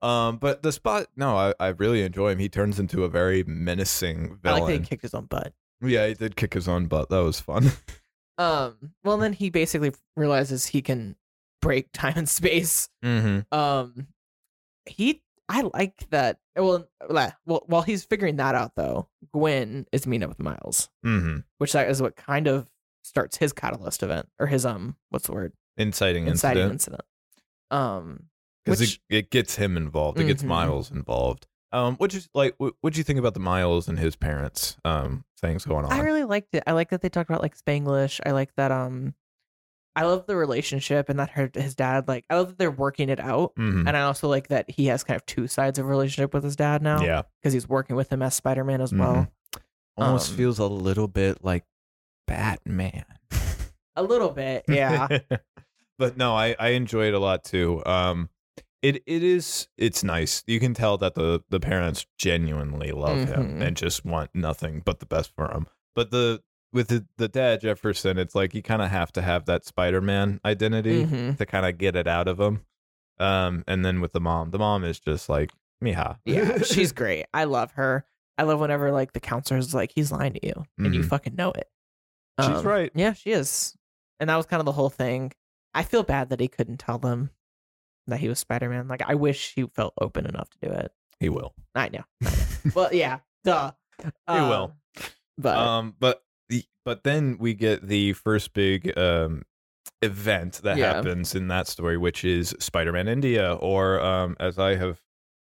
um but the spot no I, I really enjoy him he turns into a very menacing I villain like that he kicked his own butt. yeah he did kick his own butt that was fun Um. Well, then he basically realizes he can break time and space. mm-hmm. um he i like that well la- well while he's figuring that out though gwen is meeting up with miles Mm-hmm. which that is what kind of starts his catalyst event or his um what's the word inciting inciting incident incident um because Which- it, it gets him involved. It gets Mhm. Miles involved. Um, what you like? What would you think about the Miles and his parents? Um, things going on. i really liked it i like that they talked about like spanglish i like that um i love the relationship and that her his dad like i love that they're working it out Mhm. and i also like that he has kind of two sides of a relationship with his dad now Yeah, because he's working with him as spider-man as well Mhm. Almost feels a little bit like Batman. a little bit yeah but no, I I enjoy it a lot too. Um, it it is it's nice. You can tell that the the parents genuinely love him Mhm. and just want nothing but the best for him. But the with the, the dad Jefferson, it's like you kind of have to have that Spider Man identity. Mhm. to kind of get it out of him. Um, and then with the mom, the mom is just like, Miha. Yeah, she's great. I love her. I love whenever like the counselor's like, he's lying to you, and you Mhm. fucking know it. Um, She's right. Yeah, she is. And that was kind of the whole thing. I feel bad that he couldn't tell them that he was Spider Man. Like, I wish he felt open enough to do it. he will. I know. well, yeah, duh. Um, will. But um, but the, but then we get the first big um event that Yeah. happens in that story, which is Spider-Man India, or um, as I have,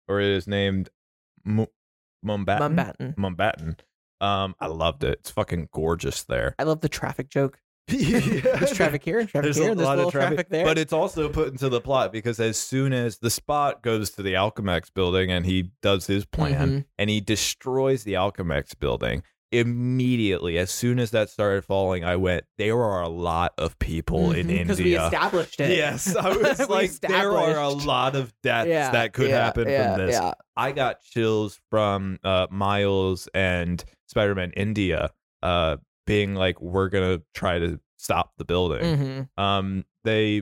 or it is named M- Mumbatten. Mumbatten. Mumbatten. Um, I loved it. It's fucking gorgeous there. I love the traffic joke. yeah. There's traffic here, and traffic There's here, a and there's lot little of traffic, there. But it's also put into the plot because as soon as the spot goes to the Alchemax building and he does his plan Mhm. and he destroys the Alchemax building, immediately, as soon as that started falling, I went, there are a lot of people in Mhm, 'cause we India. established it. Yes, I was We like, there are a established. lot of deaths Yeah, that could yeah, happen yeah, from this. yeah. I got chills from uh, Miles and Spider Man India uh, being like, we're going to try to stop the building Mhm. um they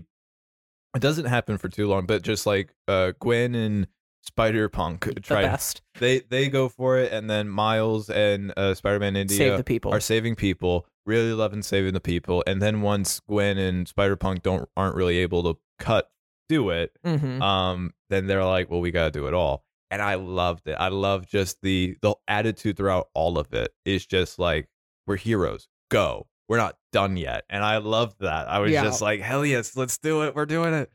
it doesn't happen for too long but just like uh gwen and spider punk The try best. they they go for it and then miles and uh spider-man india Save the people. are saving people really loving saving the people and then once gwen and spider punk don't aren't really able to cut do it Mhm. um then they're like well we gotta do it all and i loved it i love just the the attitude throughout all of it is just like we're heroes go we're not done yet and i loved that i was Yeah. just like hell yes let's do it we're doing it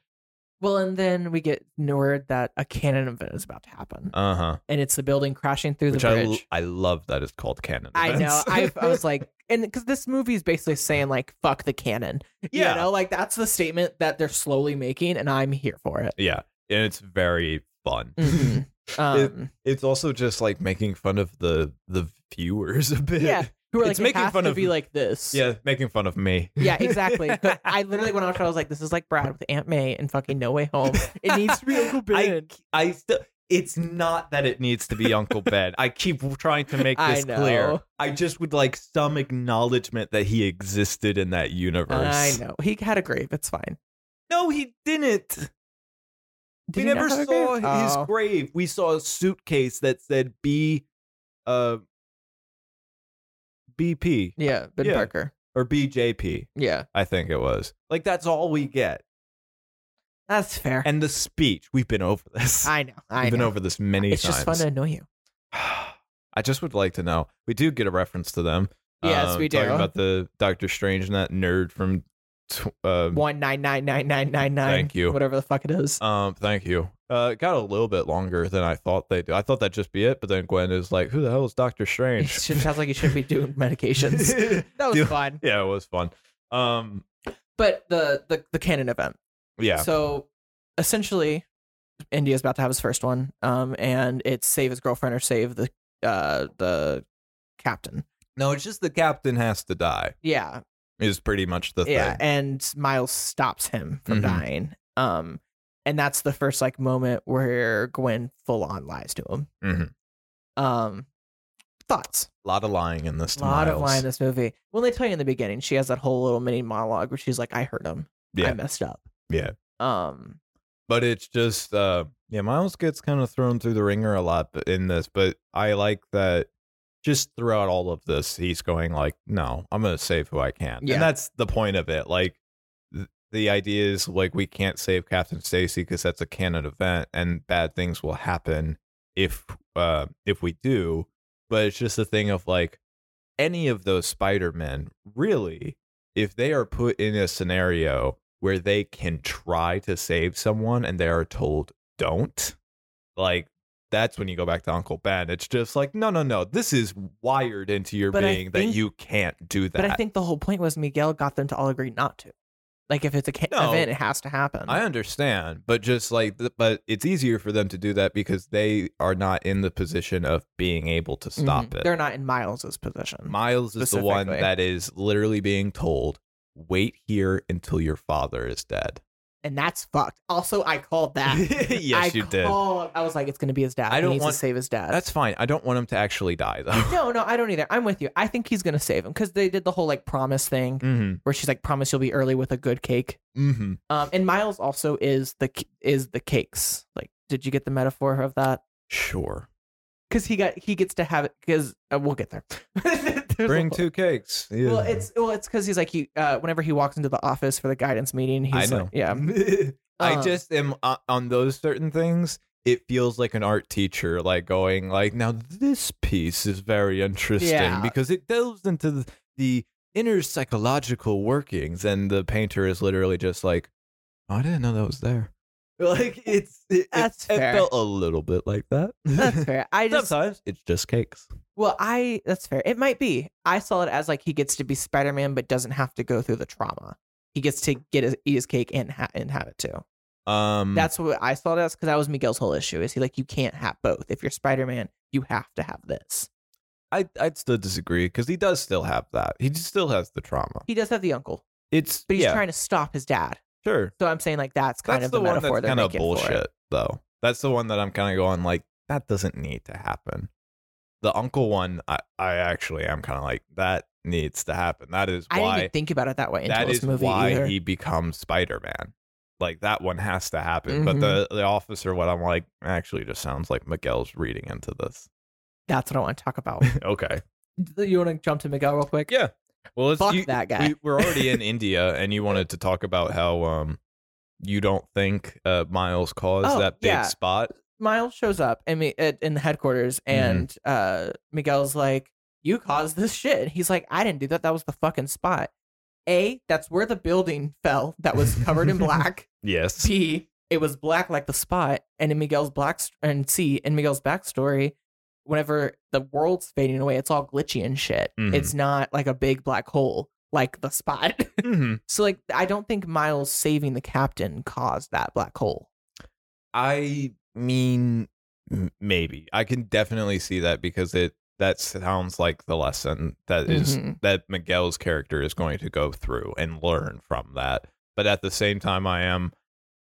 Well, and then we get word that a cannon event is about to happen, uh-huh and it's the building crashing through which the I, l- bridge. I love that it's called canon I know. events. I, I was like, and because this movie is basically saying like, "fuck the cannon," Yeah. you know, like that's the statement that they're slowly making, and I'm here for it. yeah and it's very fun Mhm. Um, it's also just like making fun of the the viewers a bit Yeah. who are like it's it making has fun to of- be like this? yeah making fun of me Yeah, exactly. 'Cause I literally went out. I was like, "This is like Brad with Aunt May and fucking No Way Home." It needs to be Uncle I, Ben. I still. It's not that it needs to be Uncle Ben. I keep trying to make I this clear. know. I just would like some acknowledgement that he existed in that universe. I know he had a grave. It's fine. No, he didn't. Did we he never not have a saw grave? his Oh. grave. We saw a suitcase that said B, uh, BP Yeah, Ben Yeah. Parker. or BJP. Yeah, I think it was. Like that's all we get. that's fair. And the speech. We've been over this. I know. I We've been know. over this many it's times. just fun to annoy you. I just would like to know. We do get a reference to them. um, Yes, we Talking do. about the Doctor Strange and that nerd from. Tw- uh, One nine nine nine nine nine nine. Thank you. Whatever the fuck it is. um, thank you. Uh, it got a little bit longer than I thought they do. I thought that'd just be it, but then Gwen is like, "Who the hell is Doctor It Strange?" just sounds like you should be doing medications. yeah, That was Do- fun. it was fun. Um, But the the the canon event. yeah, So essentially, India's about to have his first one. Um, and it's save his girlfriend or save the uh the captain. no, it's just the captain has to die. Yeah, Is pretty much the yeah. thing. And Miles stops him from Mhm. dying. Um, and that's the first like moment where Gwen full on lies to him. Mhm. Um, thoughts. A lot of lying in this. A lot of Miles. lying in this movie. When they tell you in the beginning, she has that whole little mini monologue where she's like, "I hurt him. I Yeah. messed up." Yeah. Um. but it's just uh yeah miles gets kind of thrown through the ringer a lot b- in this but i like that just throughout all of this he's going like no i'm gonna save who i can Yeah. and that's the point of it like th- the idea is like we can't save captain stacy because that's a canon event and bad things will happen if uh if we do but it's just a thing of like any of those spider-men really if they are put in a scenario where they can try to save someone and they are told don't, like that's when you go back to Uncle Ben. It's just like, no, no, no. This is wired into your But I being that think- you can't do that. But I think the whole point was Miguel got them to all agree not to. Like, if it's a ca- No. event, it has to happen. I understand, but just like, th- but it's easier for them to do that because they are not in the position of being able to stop Mhm. it. They're not in Miles's position. Miles is the one Specifically. that is literally being told, wait here until your father is dead. and that's fucked. Also, I called that. yes, I you did. called- I was like, it's going to be his dad. I I don't he needs want- to save his dad. That's fine. I don't want him to actually die though. no, no, I don't either. I'm with you. I think he's going to save him because they did the whole like promise thing Mm-hmm. where she's like, promise you'll be early with a good cake. Mm-hmm. Um, and Miles also is the is the cakes. Like, did you get the metaphor of that? Sure. Because he got he gets to have it. Because uh, we'll get there. There's a Bring whole- two cakes. Yeah. Well, it's well, it's because he's like he. Uh, whenever he walks into the office for the guidance meeting, he's I know. like, yeah, I Um, just am uh, on those certain things. It feels like an art teacher, like going like, now this piece is very interesting Yeah. because it delves into the, the inner psychological workings, and the painter is literally just like, "Oh, I didn't know that was there. Like it's it, it- That's it, fair. felt a little bit like that. that's fair. I just Sometimes it's just cakes. Well, I that's fair. It might be. I saw it as like he gets to be Spider Man, but doesn't have to go through the trauma. He gets to get his, eat his cake and ha- and have it too. Um, That's what I saw it as because that was Miguel's whole issue. Is he like you can't have both? If you're Spider Man, you have to have this. I I'd still disagree because he does still have that. He still has the trauma. He does have the uncle, It's but he's yeah, trying to stop his dad. sure. So I'm saying like that's kind that's of the, one metaphor that's they're kind of making for it. bullshit though that's the one that i'm kind of going like that doesn't need to happen the uncle one i, I actually am kind of like that needs to happen that is I didn't why even think about it that way until that this is movie why either. he becomes spider-man like that one has to happen Mhm. but the the officer one i'm like actually just sounds like miguel's reading into this That's what I want to talk about. okay you want to jump to Miguel real quick? Yeah. well it's Fuck that guy. We, we're already in India, and you wanted to talk about how um you don't think uh, Miles caused Oh, that big yeah. spot. Miles shows up and me- at, in the headquarters, and uh, Miguel's like, "You caused this shit." And He's like, "I didn't do that. That was the fucking spot." A, that's where the building fell that was covered in black. Yes. B, it was black like the spot. And in Miguel's black st- and C, in Miguel's backstory, whenever the world's fading away, it's all glitchy and shit. Mhm. It's not like a big black hole like the spot. hmm so like, I don't think Miles saving the captain caused that black hole. I mean, m- maybe I can definitely see that because it that sounds like the lesson that is- Mhm. that Miguel's character is going to go through and learn from that. But at the same time, I am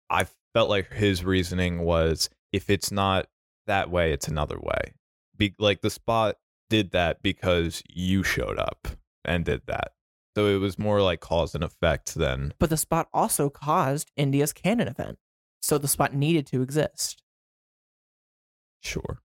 I felt like his reasoning was if it's not that way, it's another way. Be, like the spot did that because you showed up and did that. So it was more like cause and effect than but the spot also caused India's canon event. So the spot needed to exist. sure.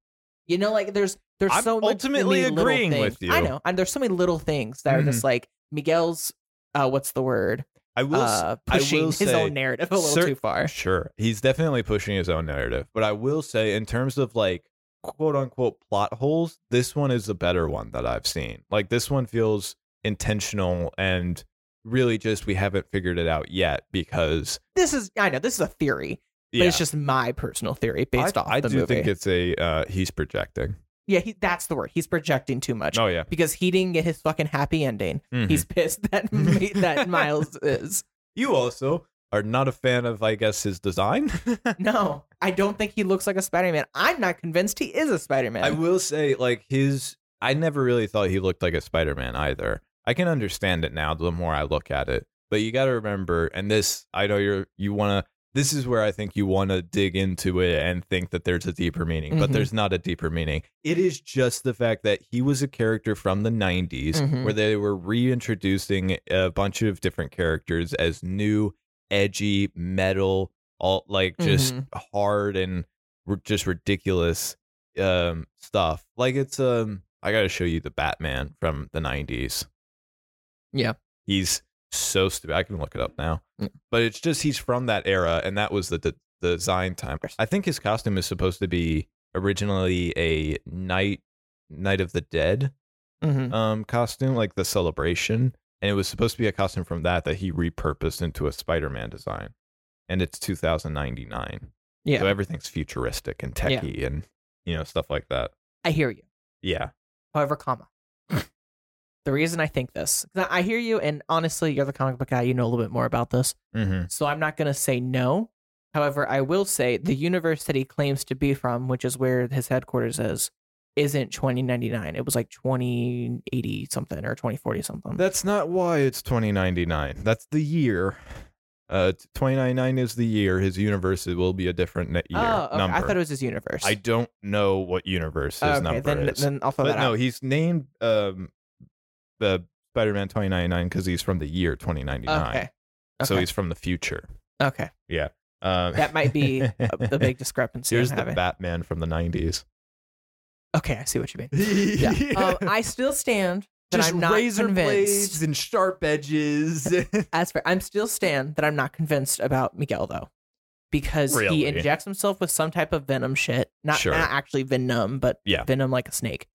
You know, like there's there's I'm so much- ultimately many little agreeing things. with you. Mm-hmm. I know, and there's so many little things that are just like Miguel's. Uh, what's the word? I will s- uh, I will pushing his say own narrative a little cer- too far. Sure. He's definitely pushing his own narrative. But I will say, in terms of like quote unquote plot holes, this one is the better one that I've seen. Like this one feels intentional and really just we haven't figured it out yet because This is I know this is a theory, yeah, but it's just my personal theory based I, off I the do movie. think it's a uh, he's projecting. yeah, he, that's the word. He's projecting too much Oh yeah. because he didn't get his fucking happy ending. Mhm. He's pissed that that Miles is. you also are not a fan of I guess his design. No, I don't think he looks like a Spider Man. I'm not convinced he is a Spider Man. I will say, like his, I never really thought he looked like a Spider Man either. I can understand it now the more I look at it, but you got to remember, and this, I know you're, you want to this is where I think you want to dig into it and think that there's a deeper meaning, but Mhm. there's not a deeper meaning. It is just the fact that he was a character from the 90s Mhm. where they were reintroducing a bunch of different characters as new, edgy, metal, all like just Mhm. hard and r- just ridiculous um stuff. Like it's um I got to show you the Batman from the 90s. Yeah. He's so stupid. I can look it up now. Yeah. But it's just he's from that era, and that was the, the the design time. I think his costume is supposed to be originally a night night of the dead Mm-hmm. um costume, like the celebration, and it was supposed to be a costume from that that he repurposed into a Spider Man design, and it's 2099. Yeah. So everything's futuristic and Yeah. techie and you know stuff like that. I hear you. Yeah. However, comma. the reason I think this, 'cause I I hear you, and honestly, you're the comic book guy. You know a little bit more about this, Mm-hmm. so I'm not going to say no. However, I will say the universe that he claims to be from, which is where his headquarters is, isn't 2099. It was like 2080 something or 2040 something. That's not why it's 2099. That's the year. Uh, 2099 is the year. His universe it will be a different ne- year oh, okay. number. I thought it was his universe. I don't know what universe his okay, number then is. then I'll throw but that no, out. he's named um, the Spider-Man 2099 because he's from the year 2099. Okay. So Okay. he's from the future. okay. Um, That might be a- the big discrepancy. Here's I'm the having. Batman from the 90s. okay, I see what you mean. Yeah. Um, I still stand that Just I'm not razor convinced. blades and sharp edges. As for I'm still stand that I'm not convinced about Miguel though, because Really? he injects himself with some type of venom shit. Not Sure. not actually venom, but Yeah. venom like a snake.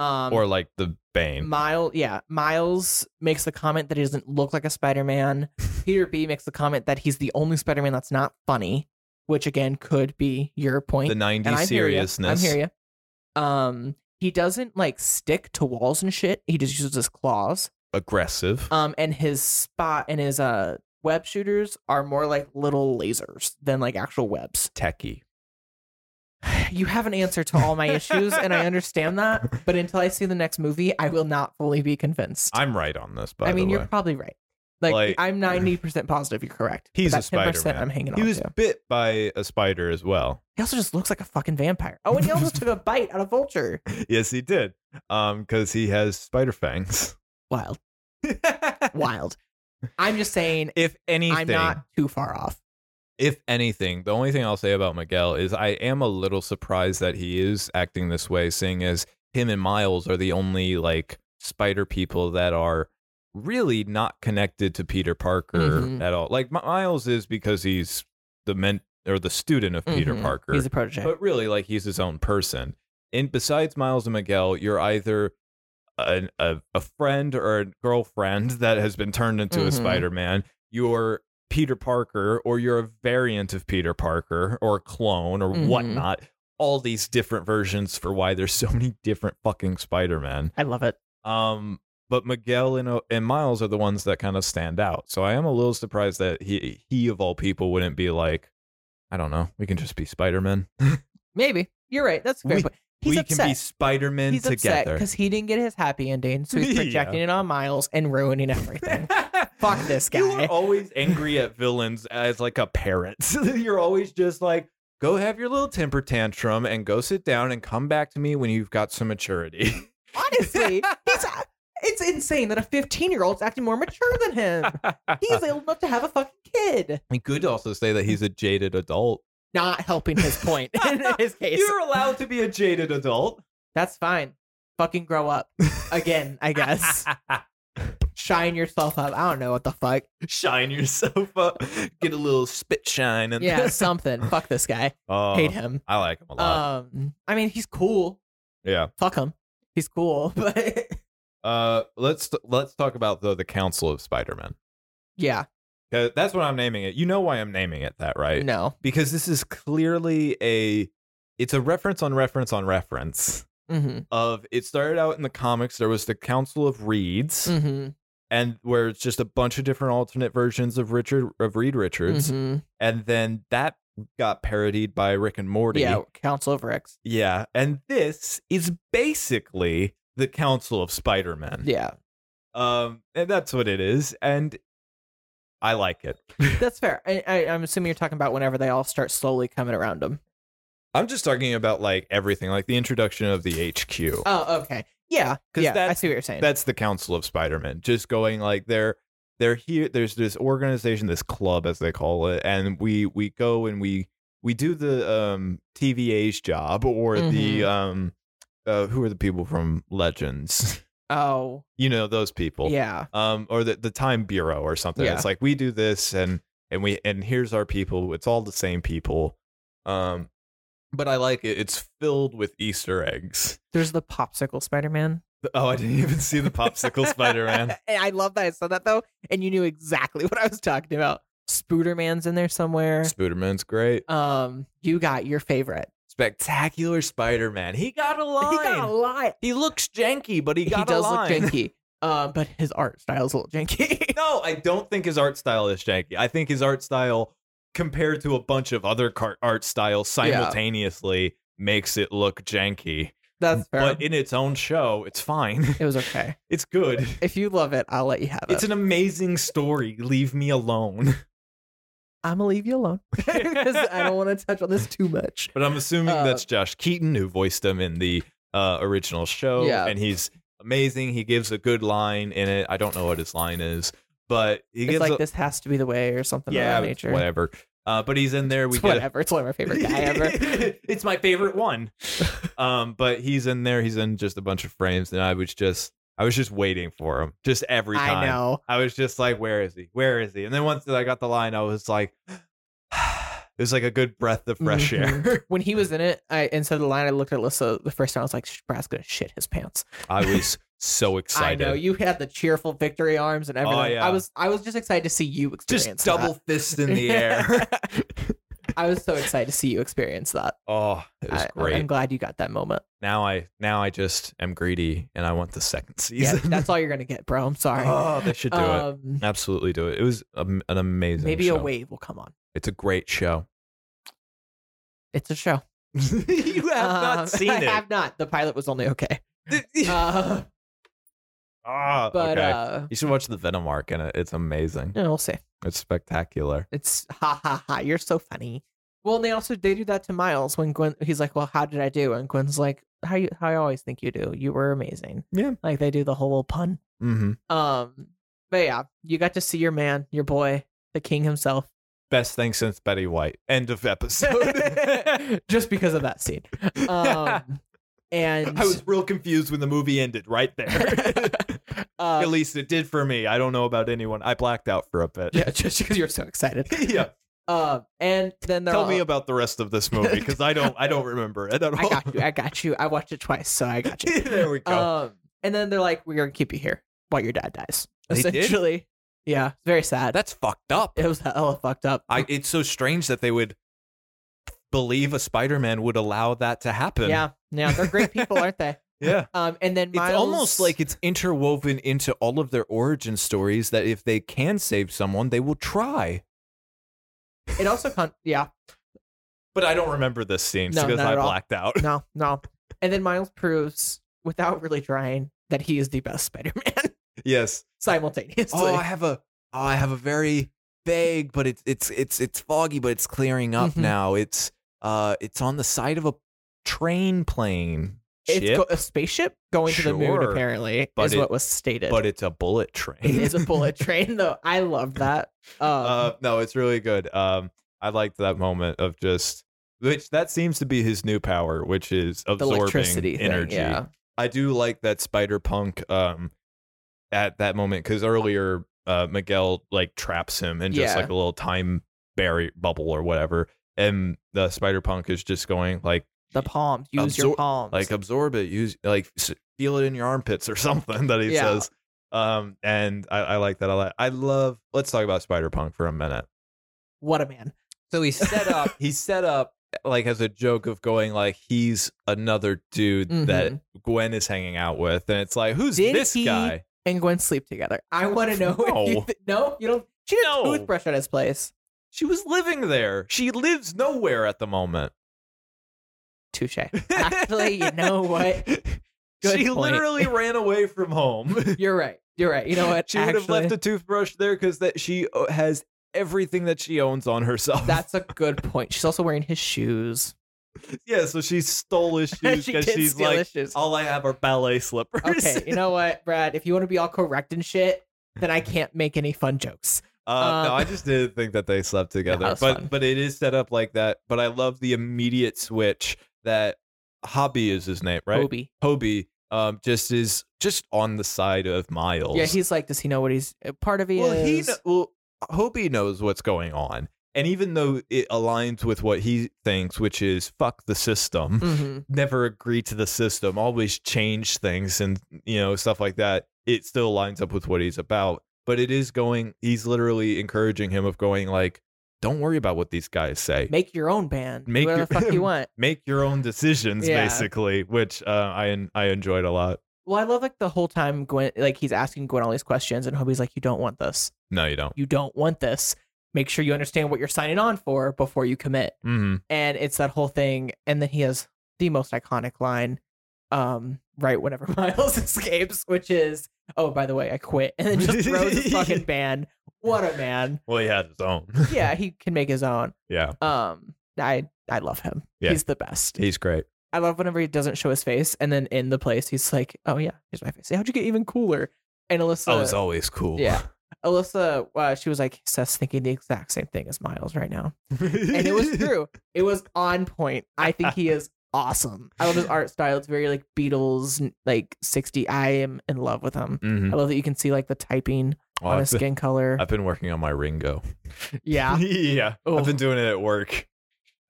Um, or like the Bane. Miles, yeah, Miles makes the comment that he doesn't look like a Spider-Man. Peter B makes the comment that he's the only Spider-Man that's not funny, which again could be your point. the 90s and I hear ya. seriousness. I hear you. Um, he doesn't like stick to walls and shit. He just uses his claws. Aggressive. Um, and his spot and his uh web shooters are more like little lasers than like actual webs. techie. You have an answer to all my issues, and I understand that. But until I see the next movie, I will not fully be convinced. I'm right on this, Ah, by I mean, the way. you're probably right. Like, Like- I'm ninety percent positive you're correct. but He's a that 10% Spider-Man. I'm hanging he on was to. bit by a spider as well. He also just looks like a fucking vampire. Oh, and he also took a bite out of vulture. yes, he did. Um, because he has spider fangs. Wild, wild. I'm just saying, if anything, I'm not too far off. if anything, the only thing I'll say about Miguel is I am a little surprised that he is acting this way, seeing as him and Miles are the only like spider people that are really not connected to Peter Parker Mhm. at all. Like Mi- Miles is because he's the ment or the student of Peter Mhm. Parker. He's a protege. But really, like he's his own person. And besides Miles and Miguel, you're either an, a a friend or a girlfriend that has been turned into a Mhm. Spider-Man. You're Peter Parker, or you're a variant of Peter Parker, or a clone, or Mhm. whatnot. All these different versions for why there's so many different fucking Spider-Man. I love it. Um, but Miguel and uh, and Miles are the ones that kind of stand out. So I am a little surprised that he he of all people wouldn't be like, I don't know, we can just be Spider-Man. Maybe you're right. That's a fair We- point. He's we can be upset. Spider Man he's upset together. because he didn't get his happy ending, so he's Yeah. projecting it on Miles and ruining everything. Fuck this You guy. are always angry at villains as like a parent. You're always just like, go have your little temper tantrum and go sit down and come back to me when you've got some maturity. Honestly, he's. It's insane that a 15 year old's acting more mature than him. He's old enough to have a fucking kid. We could also say that he's a jaded adult. Not helping his point in his case. You're allowed to be a jaded adult. That's fine. Fucking grow up. Again, I guess. Shine yourself up. I don't know what the fuck. shine yourself up. Get a little spit shine. And Yeah, something. Fuck this guy. Oh, Hate him. I like him a lot. Um, I mean, he's cool. yeah. Fuck him. He's cool, but Uh, let's let's talk about though the Council of Spider Man. yeah, 'Cause That's what I'm naming it. You know why I'm naming it that, right? no. Because this is clearly a it's a reference on reference on reference Mm-hmm. of it started out in the comics there was the Council of Reeds Mm-hmm. and where it's just a bunch of different alternate versions of Richard of Reed Richards Mm-hmm. and then that got parodied by Rick and Morty. Yeah, Council of Rex. Yeah, and this is basically the Council of Spider-Man. Yeah, Um, and that's what it is. And I like it. That's fair. I, I, I'm assuming you're talking about whenever they all start slowly coming around him. I'm just talking about like everything, like the introduction of the HQ. Oh, okay. Yeah. 'Cause yeah, I that's- see what you're saying. That's the Council of Spider-Man. Just going like they're they're here. There's this organization, this club as they call it, and we we go and we we do the um TVA's job or the um uh, who are the people from Legends? oh, you know those people. yeah. um, or the, the time bureau or something. Yeah. It's like we do this and and we and here's our people. It's all the same people. Um, but I like it. It's filled with Easter eggs. There's the popsicle Spider Man. Oh, I didn't even see the popsicle Spider Man. I love that I said that though, and you knew exactly what I was talking about. Spooderman's in there somewhere. Spooderman's great. Um, you got your favorite. Spectacular Spider Man. He got a line. He He, got a lot. looks janky, but he got a does line. look janky, uh, but his art style's a little janky. No, I don't think his art style is janky. I think his art style, compared to a bunch of other car- art styles simultaneously, makes it look janky. That's fair. But in its own show, it's fine. it was okay. It's good. If you love it, I'll let you have it. It's an amazing story. Leave me alone. I'm gonna leave you alone because I don't want to touch on this too much. But I'm assuming Uh, that's Josh Keaton who voiced him in the uh, original show, Yeah. and he's amazing. He gives a good line in it. I don't know what his line is, but he It's gives like a, this has to be the way or something yeah, of that nature. whatever. Uh, but he's in there. We It's get a- whatever. It's one of my favorite guy ever. it's my favorite one. um, but he's in there. He's in just a bunch of frames, and I was just, I was just waiting for him, just every time. I know. I was just like, where is he? Where is he? And then once I got the line, I was like, it was like a good breath of fresh air. When he was in it, I instead of the line, I looked at Alyssa the first time. I was like, "Brad's gonna shit his pants." I was so excited. Oh, I know you had the cheerful victory arms and everything. yeah. I was, I was just excited to see you just experience double fist in the air. that. I was so excited to see you experience that. oh, it was I, great. I'm glad you got that moment. now I now I just am greedy and I want the second Yeah, season. that's all you're gonna get, bro. I'm sorry. oh, they should do it. um, Absolutely do it. It was um, an amazing. maybe show. a wave will come on. It's a great show. It's a show. you have Um, not seen I it. have not. The pilot was only okay. Uh, Ah, but okay. uh, you should watch the Venom arc, and it, it's amazing. no, we'll see. It's spectacular. It's ha ha ha. You're so funny. Well, and they also they do that to Miles when Gwen. He's like, "Well, how did I do?" And Gwen's like, "How you? How I always think you do. You were amazing." Yeah. Like they do the whole little pun. Mm-hmm. Um, but yeah, you got to see your man, your boy, the king himself, Best thing since Betty White. End of episode. just because of that scene. Um, and I was real confused when the movie ended right there. At uh, least it did for me. I don't know about anyone. I blacked out for a bit. yeah, just because you're so excited. Yeah. Um, and then they're Tell all, me about the rest of this movie because I don't. I don't remember it at all. I got you. I got you. I watched it twice, so I got you. there we go. Um, and then they're like, "We're gonna keep you here while your dad dies." They did? Essentially, yeah, it's very sad. That's fucked up. it was hella fucked up. I, it's so strange that they would believe a Spider-Man would allow that to happen. yeah, yeah, they're great people, aren't they? Yeah. Um, and then It's Miles, almost like it's interwoven into all of their origin stories that if they can save someone, they will try. it also con- yeah, But I don't remember this scene No, because not I at all. blacked out. no, no, and then Miles proves without really trying that he is the best Spider-Man yes. simultaneously. Oh, I have a oh, I have a very vague, but it's it's it's it's foggy, but it's clearing up Mhm. now. It's Uh, it's on the side of a train plane. it's ship, go- a spaceship going to the moon. Sure, Apparently, but is it- what was stated. but it's a bullet train. it is a bullet train, though. I love that. Um, uh, no, it's really good. Um, I liked that moment of just which that seems to be his new power, which is the absorbing electricity thing, energy. yeah. I do like that Spider Punk um at that moment because earlier uh Miguel like traps him in just Yeah. like a little time barrier bubble or whatever, and the Spider Punk is just going like The palms. Use your Absor- palms. like absorb it, use like s- feel it in your armpits or something that he Yeah. says. Um, and I, I like that a lot. I love. Let's talk about Spider Punk for a minute. what a man. So he's set up. he's set up like as a joke of going like he's another dude that Mm-hmm. Gwen is hanging out with, and it's like who's Did this he- guy? and Gwen sleep together. I want to know. No. If you th- no, you don't. She did No. a toothbrush at his place. She was living there. She lives nowhere at the moment. Touche. Actually, you know what? Good she point. literally ran away from home. You're right. You're right. You know what? She would have Actually, left a toothbrush there because that she uh, has everything that she owns on herself. That's a good point. She's also wearing his shoes. yeah, so she stole his shoes She because did she's steal like, his shoes. all I have are ballet slippers. Okay, you know what, Brad? If you want to be all correct and shit, then I can't make any fun jokes. Uh, no, Um, I just didn't think that they slept together. that's but fun. but it is set up like that. But I love the immediate switch that Hobby is his name, right? Obi. Hobie, um, just is just on the side of Miles. Yeah, he's like, does he know what he's a part of? He well, is. he kn- well, Hobie knows what's going on, and even though it aligns with what he thinks, which is fuck the system, Mhm. never agree to the system, always change things and you know stuff like that. It still lines up with what he's about, but it is going. He's literally encouraging him of going like, don't worry about what these guys say. Make, Make your own band. Make Make whatever your- the fuck you want. your own decisions, Yeah. basically, which uh, I I enjoyed a lot. Well, I love like the whole time Gwen, like he's asking Gwen all these questions, and Hobie's like, "You don't want this. No, you don't. You don't want this. Make sure you understand what you're signing on for before you commit." hmm And it's that whole thing, and then he has the most iconic line, um, right whenever Miles escapes, which is, "Oh, by the way, I quit," and then just throws his fucking band. What a man! Well, he had his own. Yeah, he can make his own. yeah, Um, I I love him. Yeah. He's the best. he's great. I love whenever he doesn't show his face, and then in the place he's like, "Oh yeah, here's my face." How'd you get even cooler? And I Alyssa, was always cool. yeah. Alyssa, uh, she was like, "Seth's thinking the exact same thing as Miles right now," and it was true. It was on point. I think he is awesome. I love his art style. It's very like Beatles, like '60. I am in love with him. hmm I love that you can see like the typing on his I've, been, skin color. I've been working on my Ringo. yeah, yeah. Oh. I've been doing it at work.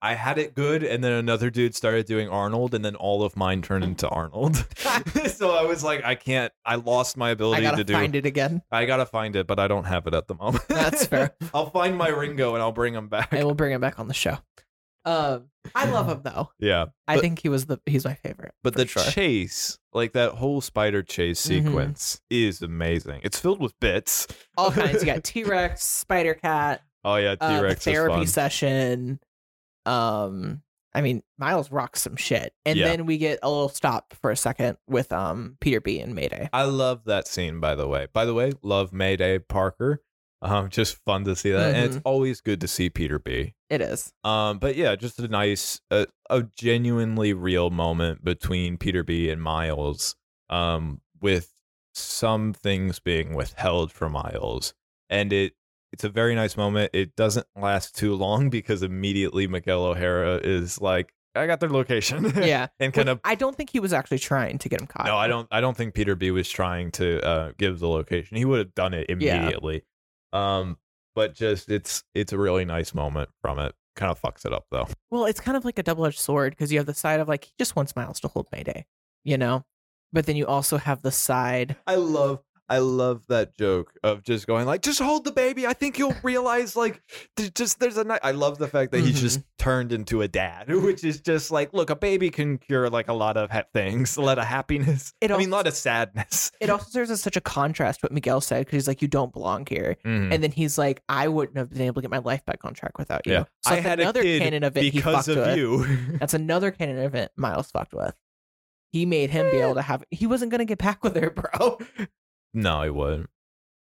I had it good, and then another dude started doing Arnold, and then all of mine turned into Arnold. so I was like, I can't. I lost my I ability gotta to do. find it again, I gotta find it, but I don't have it at the moment. That's fair. I'll find my Ringo and I'll bring him back. and we'll bring him back on the show. Um, I love him though. yeah, I But- think he was the he's my favorite. but for the sure. chase, like that whole spider chase Mhm. sequence, is amazing. It's filled with bits. all kinds. You got T Rex, Spider Cat, Oh yeah, T uh, the Rex is therapy fun. session. Um, I mean, Miles rocks some shit, and Yeah. then we get a little stop for a second with um Peter B and Mayday. I love that scene, by the way. By the way, love Mayday Parker. Um, just fun to see that, and Mm-hmm. it's always good to see Peter B. It is Um, but yeah, just a nice, a, a genuinely real moment between Peter B. and Miles. Um, with some things being withheld from Miles, and it it's a very nice moment. It doesn't last too long because immediately Miguel O'Hara is like, "I got their location," yeah. and kind of I don't think he was actually trying to get him caught. no, I don't. I don't think Peter B was trying to uh, give the location. He would have done it Yeah. immediately. Um, but just it's it's a really nice moment from it. Kind of fucks it up though. Well, it's kind of like a double edged sword because you have the side of like he just wants Miles to hold Mayday, you know, but then you also have the side. I love I love that joke of just going like, just hold the baby. I think you'll realize like, there's just there's a night. I love the fact that he's just turned into a dad, which is just like, look, a baby can cure like a lot of ha- things, a lot of happiness. It I mean, a al- lot of sadness. It also serves as such a contrast to what Miguel said because he's like, you don't belong here. Mhm. And then he's like, I wouldn't have been able to get my life back on track without you. Yeah. So that's another canon of it he because fucked of with. you. That's another canon of it Miles fucked with. He made him Eh. be able to have he wasn't gonna get back with her, bro. No, it wouldn't.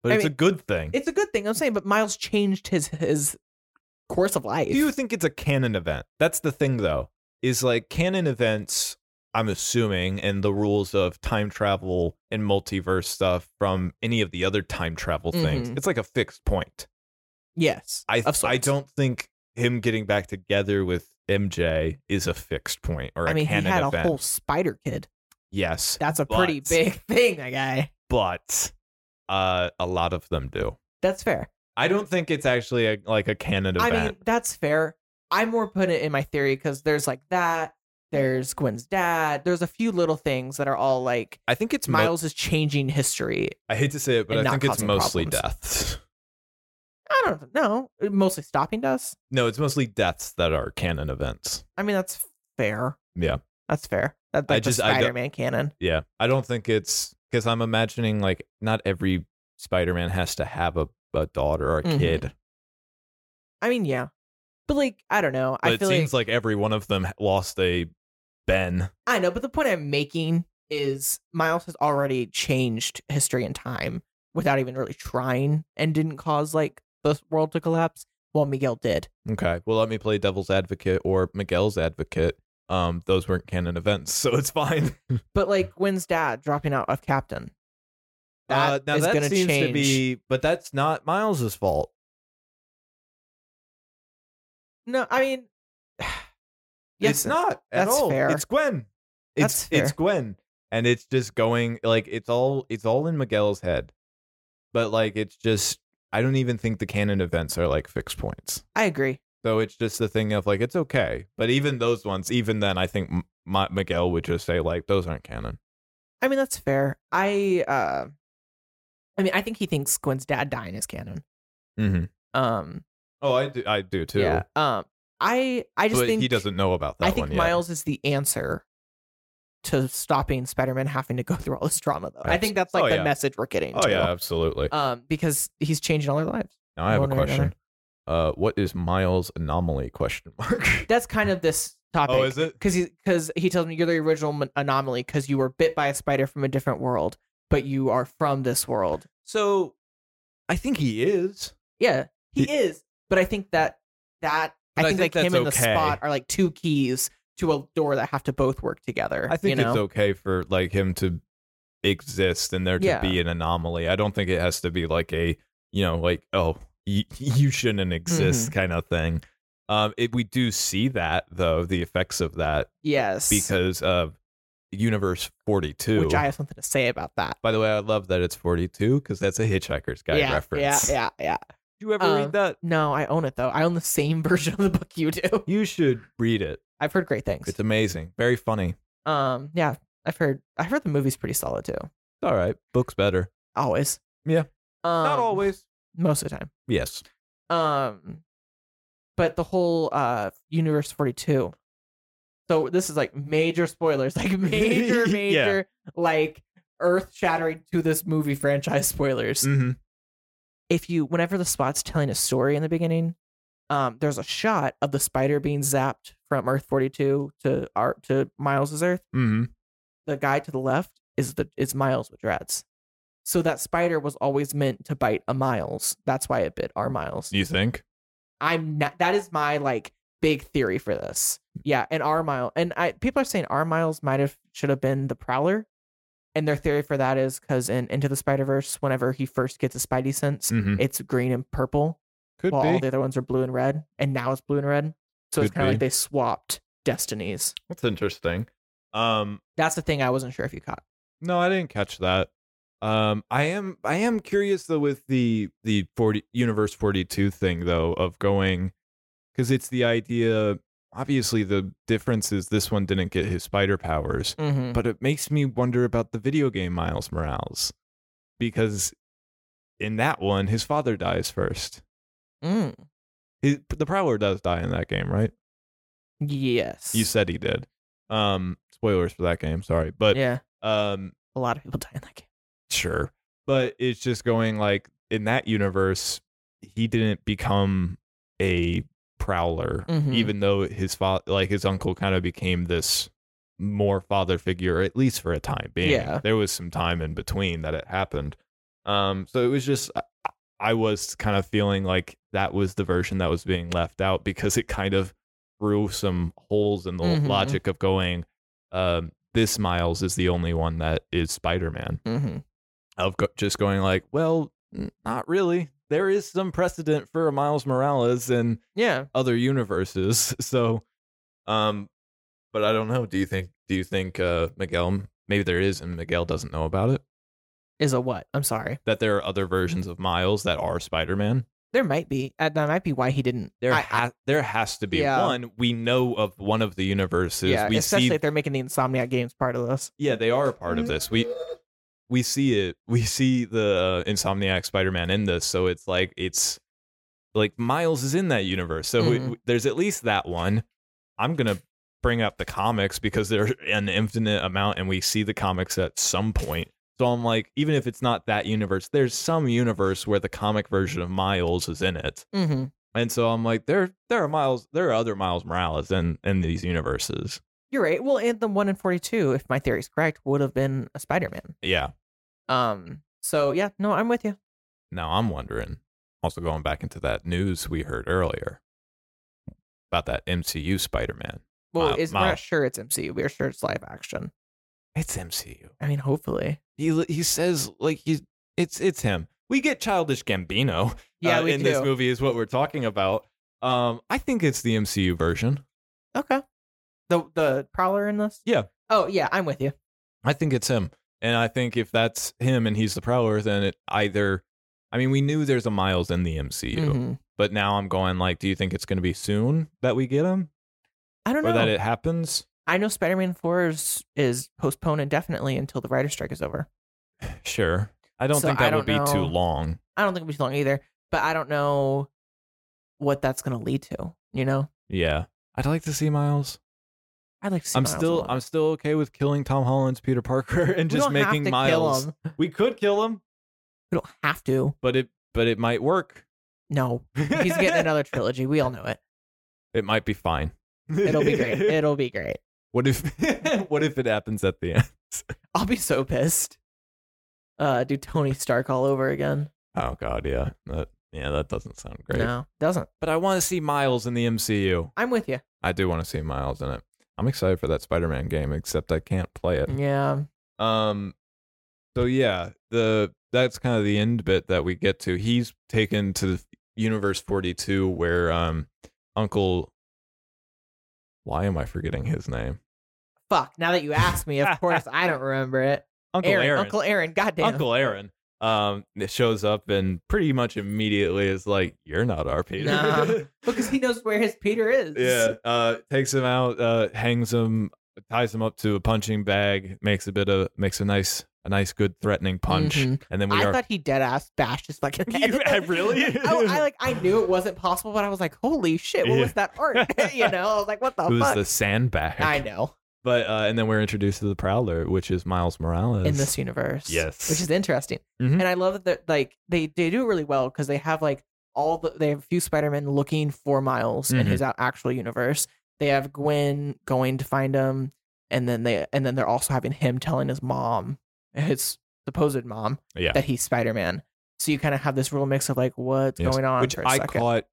But I it's mean, a good thing. It's a good thing, I'm saying, but Miles changed his his course of life. Do you think it's a canon event? That's the thing, though, is like canon events, I'm assuming, and the rules of time travel and multiverse stuff from any of the other time travel things, Mhm. it's like a fixed point. yes. I, of I sorts. don't think him getting back together with MJ is a fixed point or a I mean he canon had a event. whole spider kid. yes, That's a pretty But- big thing, that guy. but uh, a lot of them do. That's fair. I don't think it's actually a, like a canon event. I mean, that's fair. I more put it in my theory because there's like that, there's Gwen's dad, there's a few little things that are all like I think it's mo- Miles is changing history. I hate to say it, but and I not think it's causing mostly problems. deaths. I don't know. Mostly stopping us. No, it's mostly deaths that are canon events. I mean, that's fair. Yeah. That's fair. That, I that's just- the I don't- Spider Man canon. Yeah. I don't think it's because I'm imagining like not every Spider Man has to have a, a daughter or a Mhm. kid. I mean, yeah. But like, I don't know. But I it feel seems like... every one of them lost a Ben. I know, but the point I'm making is Miles has already changed history and time. without even really trying and didn't cause like the world to collapse. Well, Miguel did. Okay. Well, let me play devil's advocate or Miguel's advocate. Um, those weren't canon events, so it's fine. But like, when's Dad dropping out of Captain? That is Uh, now that gonna seems change. to be, but that's not Miles's fault. No, I mean, yes, it's not at that's all. fair. It's Gwen. It's That's fair. it's Gwen, and it's just going like it's all it's all in Miguel's head, but like it's just I don't even think the canon events are like fixed points. I agree. So it's just the thing of like it's okay, but even those ones, even then, I think M- M- Miguel would just say like those aren't canon. I mean, that's fair. I, uh, I mean, I think he thinks Gwen's dad dying is canon. Mm-hmm. Um, Oh, I do, I do too. yeah. Um, I, I just but think he doesn't know about that I think one Miles is the answer to stopping Spider-Man having to go through all this drama, though. I think that's like Oh, the yeah. message we're getting. yet. Oh to. yeah, absolutely. Um, because he's changing all their lives. now I have a one way or another. question. Uh, what is Miles' anomaly? Question mark. That's kind of this topic. oh, is it? because he because he tells me you're the original mon- anomaly because you were bit by a spider from a different world, but you are from this world. So, I think he is. Yeah, he, He- is. But I think that that I But I think, think like him that's and the okay. spot are like two keys to a door that have to both work together. I think you know? it's okay for like him to exist and there to Yeah. be an anomaly. I don't think it has to be like a you know like oh you, you shouldn't exist Mm-hmm. kind of thing. Um, it, we do see that though the effects of that yes because of Universe Forty Two. which I have something to say about that. By the way, I love that it's 42 because that's a Hitchhiker's Guide yeah, reference. yeah, yeah, yeah. Did you ever Um, read that? No, I own it though. I own the same version of the book you do. You should read it. I've heard great things. It's amazing. Very funny. Um, yeah, I've heard. I've heard the movie's pretty solid too. It's all right. Book's better. Always. Yeah. Um, Not always. Most of the time. Yes. um but the whole uh universe 42 so this is like major spoilers like major Yeah. major like earth shattering to this movie franchise spoilers Mm-hmm. if you whenever the spot's telling a story in the beginning um there's a shot of the spider being zapped from earth 42 to our to miles's earth Mm-hmm. the guy to the left is the is miles with dreads so that spider was always meant to bite a miles that's why it bit our miles You think? I'm not. That is my like big theory for this. Mm. Yeah, and R Mile and I people are saying R Miles might have should have been the Prowler, and their theory for that is because in Into the Spider Verse, whenever he first gets a Spidey sense, Mm-hmm. it's green and purple, Could while all be. the other ones are blue and red, and now it's blue and red. So it's Could kind be. of like they swapped destinies. That's interesting. Um, That's the thing I wasn't sure if you caught. no, I didn't catch that. Um, I am I am curious though with the the forty universe forty two thing though of going because it's the idea. Obviously, the difference is this one didn't get his spider powers, Mm-hmm. but it makes me wonder about the video game Miles Morales because in that one his father dies first. Mm. His, the Prowler does die in that game, right? Yes. You said he did. Um, spoilers for that game. Sorry, but yeah. um, A lot of people die in that game. sure. But it's just going like in that universe, he didn't become a prowler, Mhm. even though his father, like his uncle, kind of became this more father figure, at least for a time being. Yeah. There was some time in between that it happened. Um, so it was just. I- I was kind of feeling like that was the version that was being left out because it kind of threw some holes in the Mhm. logic of going, um, this Miles is the only one that is Spider Man Mm-hmm. of go- just going like, well, n- not really. There is some precedent for a Miles Morales in Yeah. other universes, so, um, but I don't know. Do you think? Do you think uh, Miguel? Maybe there is, and Miguel doesn't know about it. Is a what? I'm sorry. That there are other versions Mm-hmm. of Miles that are Spider-Man. There might be. uh, That might be why he didn't. There, I- ha- there has to be Yeah. one. We know of one of the universes. Yeah, we especially see if they're making the Insomniac games part of this. Yeah, they are a part of this. We we see it. We see the uh, Insomniac Spider-Man in this, so it's like it's like Miles is in that universe. So we- Mhm. we- there's at least that one. I'm gonna bring up the comics because there's an infinite amount, and we see the comics at some point. So I'm like, even if it's not that universe, there's some universe where the comic version of Miles is in it. Mm-hmm. And so I'm like, there there are Miles, there are other Miles Morales in in these universes. You're right. Well, and the one in forty two, if my theory is correct, would have been a Spider Man. Yeah. Um, So yeah, no, I'm with you. Now I'm wondering, also going back into that news we heard earlier about that MCU Spider Man. Well, Mile- is we're mile. not sure it's MCU. We're sure it's live action. It's MCU. I mean, hopefully. He he says like he it's it's him. We get childish Gambino Yeah, uh, we in do. this movie is what we're talking about. Um, I think it's the MCU version. Okay. The the prowler in this. Yeah. Oh yeah, I'm with you. I think it's him, and I think if that's him and he's the Prowler, then it either. I mean, we knew there's a Miles in the MCU, Mhm. but now I'm going like, do you think it's going to be soon that we get him, I don't or know. that it happens? I know Spider-Man Four is is postponed indefinitely until the writer strike is over. Sure, I don't So think I that don't would be too know. long. I don't think it'll be too long either, but I don't know what that's going to lead to. You know, Yeah, I'd like to see Miles. I'd like to see. I'm Miles still, alone. I'm still okay with killing Tom Holland's Peter Parker and We just don't have making to kill Miles. him. We could kill him, We don't have to. but it, but it might work. No, he's getting another trilogy. We all know it. It might be fine. It'll be great. It'll be great. what if, what if it happens at the end? I'll be so pissed. Uh, do Tony Stark all over again? Oh God, yeah, that yeah, that doesn't sound great. No, doesn't. But I want to see Miles in the MCU. I'm with you. I do want to see Miles in it. I'm excited for that Spider-Man game, except I can't play it. Yeah. Um, so yeah, the that's kind of the end bit that we get to. He's taken to the Universe 42, where um, Uncle. Why am I forgetting his name? Fuck. Now that you asked me, of course I don't remember it. Uncle Aaron, Aaron. Uncle Aaron. Goddamn. Uncle Aaron. Um, shows up and pretty much immediately is like, "You're not our Peter." Nah. because he knows where his Peter is. Yeah, uh, takes him out, uh, hangs him, ties him up to a punching bag, makes a bit of makes a nice a nice good threatening punch, Mhm. and then we I are thought he dead ass bashed his fucking head. You- I really? I, I, like I knew it wasn't possible, but I was like, holy shit, what Yeah. was that art? you know, I was like, what the it was fuck? the sandbag. I know. But uh, and then we're introduced to the Prowler, which is Miles Morales. In this universe. Yes. Which is interesting. Mhm. And I love that like they, they do it really well because they have like all the they have a few Spider Men looking for Miles in Mhm. his a- actual universe. They have Gwen going to find him, and then they and then they're also having him telling his mom, his supposed mom, Yeah. that he's Spider Man. So you kind of have this real mix of like what's Yes. going on, which for a I second. caught.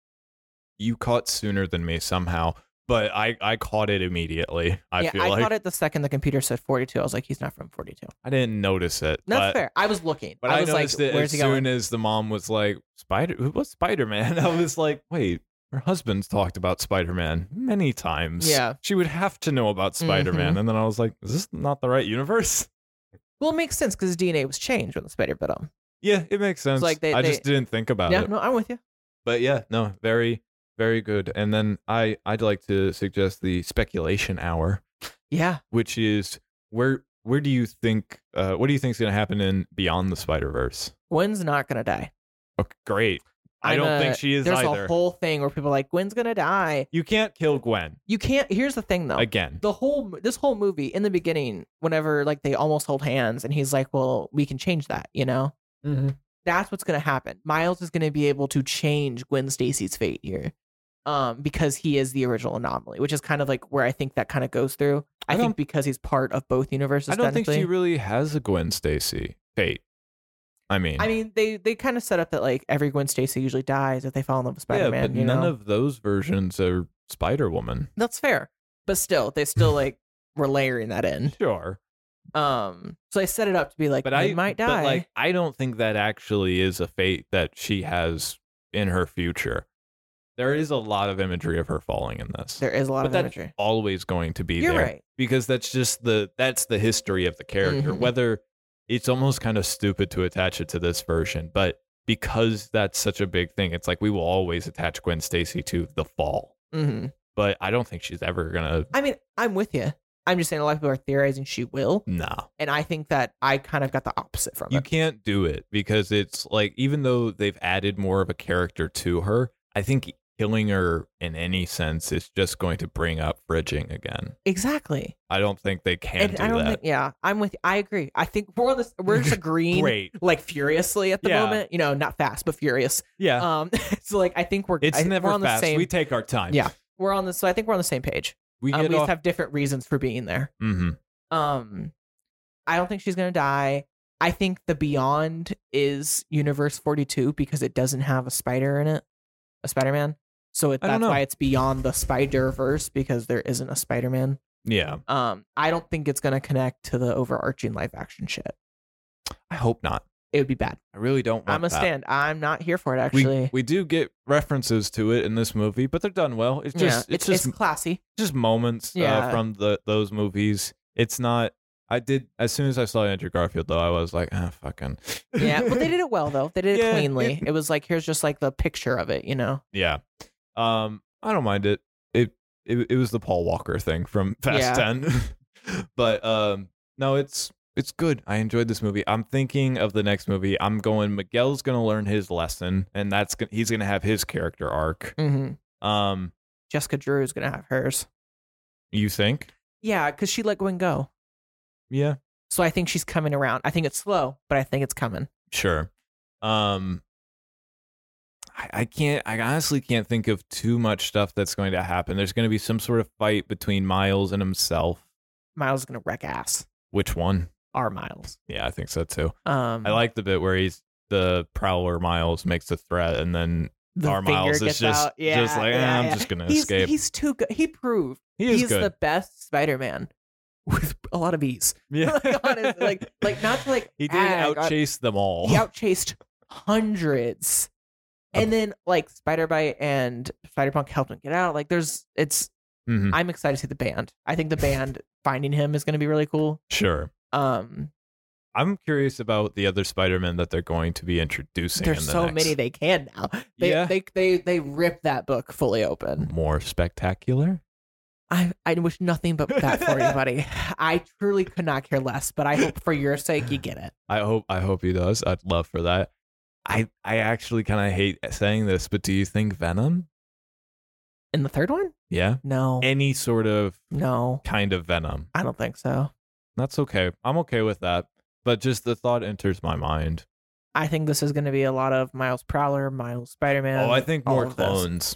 You caught sooner than me somehow, but I I caught it immediately. I yeah, feel I like caught it the second the computer said 42. I was like, he's not from 42. I didn't notice it. That's but, fair. I was looking. But I I, was like, noticed it where's as he soon going? as the mom was like, "Spider, what's Spider Man?" I was like, "Wait, her husband's talked about Spider Man many times. Yeah. Mm-hmm. she would have to know about Spider Man." And then I was like, "Is this not the right universe?" well, it makes sense because his DNA was changed when the um, spider bit him. Yeah, it makes sense. like they- I they- just didn't think about yeah, it. no, I'm with you. But yeah, no, very, very good. And then I, I'd like to suggest the speculation hour, Yeah. which is where, where do you think, uh, what do you think is going to happen in Beyond the Spider Verse? Gwen's not going to die. Okay, great. I don't I'm, uh, think she is There's either. a whole thing where people are like, Gwen's going to die. you can't kill Gwen. You can't. Here's the thing, though. again. the whole this whole movie in the beginning whenever like they almost hold hands and he's like well we can change that you know that's what's going to happen miles is going to be able to change gwen stacy's fate here um because he is the original anomaly which is kind of like where i think that kind of goes through i, I think don't- because he's part of both universes I don't think technically. she really has a Gwen Stacy fate. I mean, i mean they they kind of set up that like every gwen stacy usually dies if they fall in love with yeah, spider-man but you none know? of those versions are Spider Woman. that's fair but still they still like were layering that in Sure, um so i set it up to be like but "You I might die But like, I don't think that actually is a fate that she has in her future. There is a lot of imagery of her falling in this. there is a lot but of that's imagery always going to be you're there right because that's just the that's the history of the character. Mhm. Whether it's almost kind of stupid to attach it to this version, but because that's such a big thing, it's like we will always attach Gwen Stacy to the fall. hmm But I don't think she's ever gonna I mean, I'm with you. I'm just saying a lot of people are theorizing she will, nah. and I think that I kind of got the opposite from You it. can't do it because it's like even though they've added more of a character to her, I think killing her in any sense is just going to bring up bridging again. Exactly. I don't think they can And do I don't that. think. Yeah, I'm with. you. I agree. I think we're on this. We're just agreeing. Great. Like furiously at the Yeah. moment, you know, not fast but furious. Yeah. Um, so like I think we're it's I- we're never on fast. the same. We take our time. Yeah. we're on the so I think we're on the same page. We Um, get we just off Mm-hmm. have different reasons for being there. hmm Um, I don't think she's gonna die. I think the Beyond is Universe 42 because it doesn't have a spider in it, a Spider Man. So it, I don't that's know. why it's Beyond the Spider Verse because there isn't a Spider Man. Yeah, Um, I don't think it's gonna connect to the overarching live action shit. I hope not. It would be bad. I really don't. Want I'm a that. stand. I'm not here for it. Actually, We we do get references to it in this movie, but they're done well. It's yeah, just it's, it's, just it's classy. just moments Yeah. uh, from the those movies. It's not. I did as soon as I saw Andrew Garfield though, I was like, ah, fucking. Yeah, but they did it well though. They did it Yeah, cleanly. it- It, was like here's just like the picture of it, you know. yeah. Um, I don't mind it. It it, it was the Paul Walker thing from Fast Yeah. Ten, but um, no, it's it's good. I enjoyed this movie. I'm thinking of the next movie. I'm going. Miguel's gonna learn his lesson, and that's gonna, he's gonna have his character arc. Mm-hmm. Um, Jessica Drew is gonna have hers. you think? Yeah, because she let Gwen go, Yeah. so I think she's coming around. I think it's slow, but I think it's coming. Sure. Um I, I can't I honestly can't think of too much stuff that's going to happen. There's gonna be some sort of fight between Miles and himself. Miles is gonna wreck ass. Which one? Our Miles. Yeah, I think so too. Um, I like the bit where he's the prowler Miles makes a threat and then the our finger Miles is gets just out. Yeah, just like "Eh, yeah, I'm yeah. just gonna he's, escape. He's too good. He proved he is he's good. the best Spider-Man with a lot of e's. yeah. like, honestly, like, like not to like "Ah, he did ag- outchase them all. He outchased hundreds, and then like Spider Bite and Spider Punk helped him get out. Like, there's it's. Mhm. I'm excited to see the band. I think the band finding him is going to be really cool. Sure. Um, I'm curious about the other Spider-Man that they're going to be introducing. in there's the so next. many they can now. They, Yeah. they they they rip that book fully open. more spectacular. I, I wish nothing but that for you, buddy. I truly could not care less, but I hope for your sake you get it. I hope I hope he does. I'd love for that. I I actually kind of hate saying this, but do you think Venom? In the third one? Yeah. No, Any sort of no, kind of Venom. I don't think so. That's okay. I'm okay with that. But just the thought enters my mind. I think this is going to be a lot of Miles Prowler, Miles Spider Man. oh, I think more clones.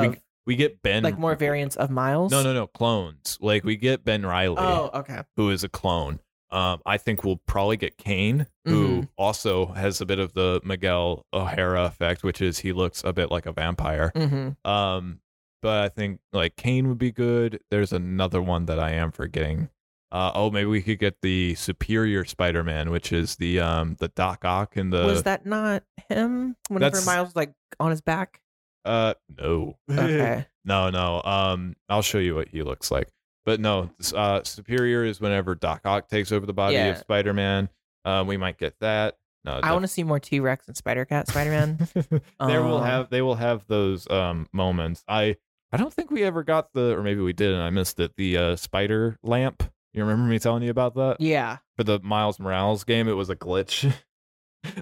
We- We get Ben like more variants of Miles. No, no, no, clones. Like we get Ben Riley, Oh, okay. who is a clone. Um, I think we'll probably get Kane, Mm-hmm. who also has a bit of the Miguel O'Hara effect, which is he looks a bit like a vampire. Mm-hmm. Um, but I think like Kane would be good. There's another one that I am forgetting. Uh, oh, maybe we could get the Superior Spider-Man, which is the um the Doc Ock and the was that not him? Whenever Uh, that's- Miles was like on his back. uh no Okay. no no um I'll show you what he looks like. But no, s- uh, Superior is whenever Doc Ock takes over the body Yeah. of Spider-Man. Uh, we might get that. No, I want to see more T Rex and Spider Cat, Spider Man. they will Um, have they will have those um moments. I I don't think we ever got the or maybe we did and I missed it. The uh, spider lamp. You remember me telling you about that yeah. for the Miles Morales game? It was a glitch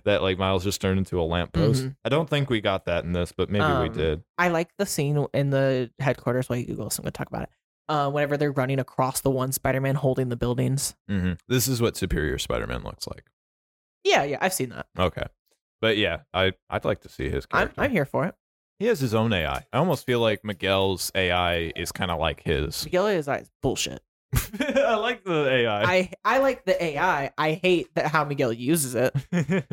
that like Miles just turned into a lamppost. Mhm. I don't think we got that in this, but maybe we Um, did. I like the scene in the headquarters. While you Google, this, I'm going to talk about it. Uh, whenever they're running across the one Spider Man holding the buildings. Mm-hmm. This is what Superior Spider-Man looks like. Yeah, yeah, I've seen that. Okay, but yeah, I I'd like to see his I'm, character. I'm here for it. He has his own AI. I almost feel like Miguel's AI is kind of like his. Miguel's eyes bullshit. I like the AI. I I like the AI. I hate that how Miguel uses it.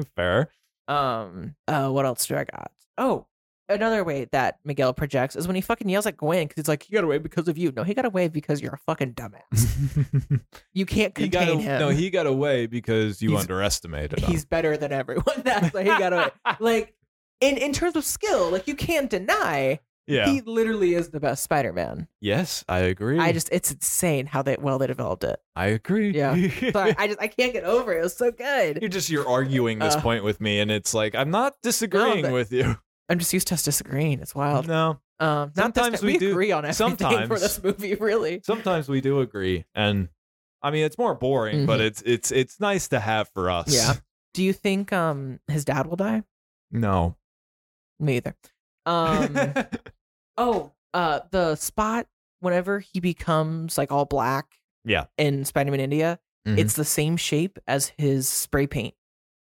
Fair. Um, uh, what else do I got? Oh, another way that Miguel projects is when he fucking yells at Gwen because he's like, "He got away because of you." No, he got away because you're a fucking dumbass. You can't he contain got a- him. no, he got away because you He's- underestimated him. he's better than everyone. That's why he got away. like in in terms of skill, like you can't deny yeah. he literally is the best Spider-Man. yes, I agree. I just it's insane how they well they developed it. I agree. Yeah. But I just I can't get over it. It was so good. you're just you're arguing this Uh, point with me, and it's like I'm not disagreeing but- with you. I'm just used to us disagreeing. It's wild. No, Um, not this Sometimes time. we we, do- agree on everything for sometimes. this movie, really. sometimes we do agree, and I mean it's more boring, but it's it's it's nice to have for us. Mm-hmm. Yeah. Do you think um his dad will die? No. Mm-hmm. Me either. Um, oh, uh, the spot whenever he becomes like all black. Yeah. In Spider-Man India, Mhm. it's the same shape as his spray paint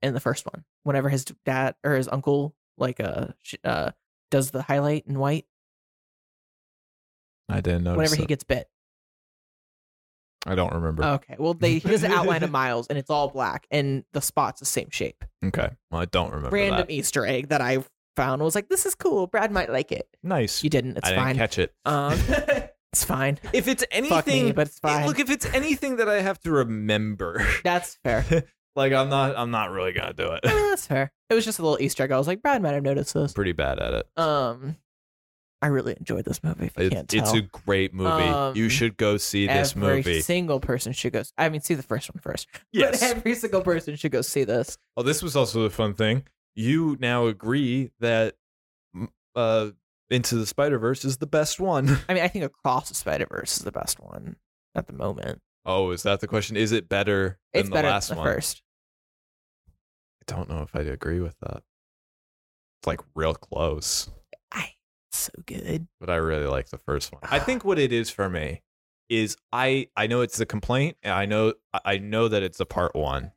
in the first one. Whenever his dad or his uncle like uh, sh- uh does the highlight in white I didn't notice. whenever he Uh, it. gets bit. I don't remember. Okay. Well, they he does an outline of Miles, and it's all black, and the spot's the same shape. okay. Well, I don't remember. Random that. Easter egg that I found was like, this is cool. Brad might like it. Nice. You didn't. It's I fine. didn't catch it. um, it's fine. If it's Fuck me, anything, but it's fine. look, if it's anything that I have to remember, That's fair. like I'm not, I'm not really gonna do Eh, it. that's fair. It was just a little Easter egg. I was like, Brad might have noticed this. Pretty bad at it. Um, I really enjoyed this movie. If you can't It's, tell. it's a great movie. you Um, should go see this every movie. single person should go. s- I mean, see the first one first. Yes. But every single person should go see this. Oh, this was also a fun thing. You now agree that m- uh, Into the Spider Verse is the best one. I mean, I think Across the Spider Verse is the best one at the moment. Oh, is that the question? Is it better than It's the better last than the one? first. I don't know if I'd agree with that. It's like real close, I so good. but I really like the first one. I think what it is for me is I I know it's a complaint. And I know I- I know that it's a part one.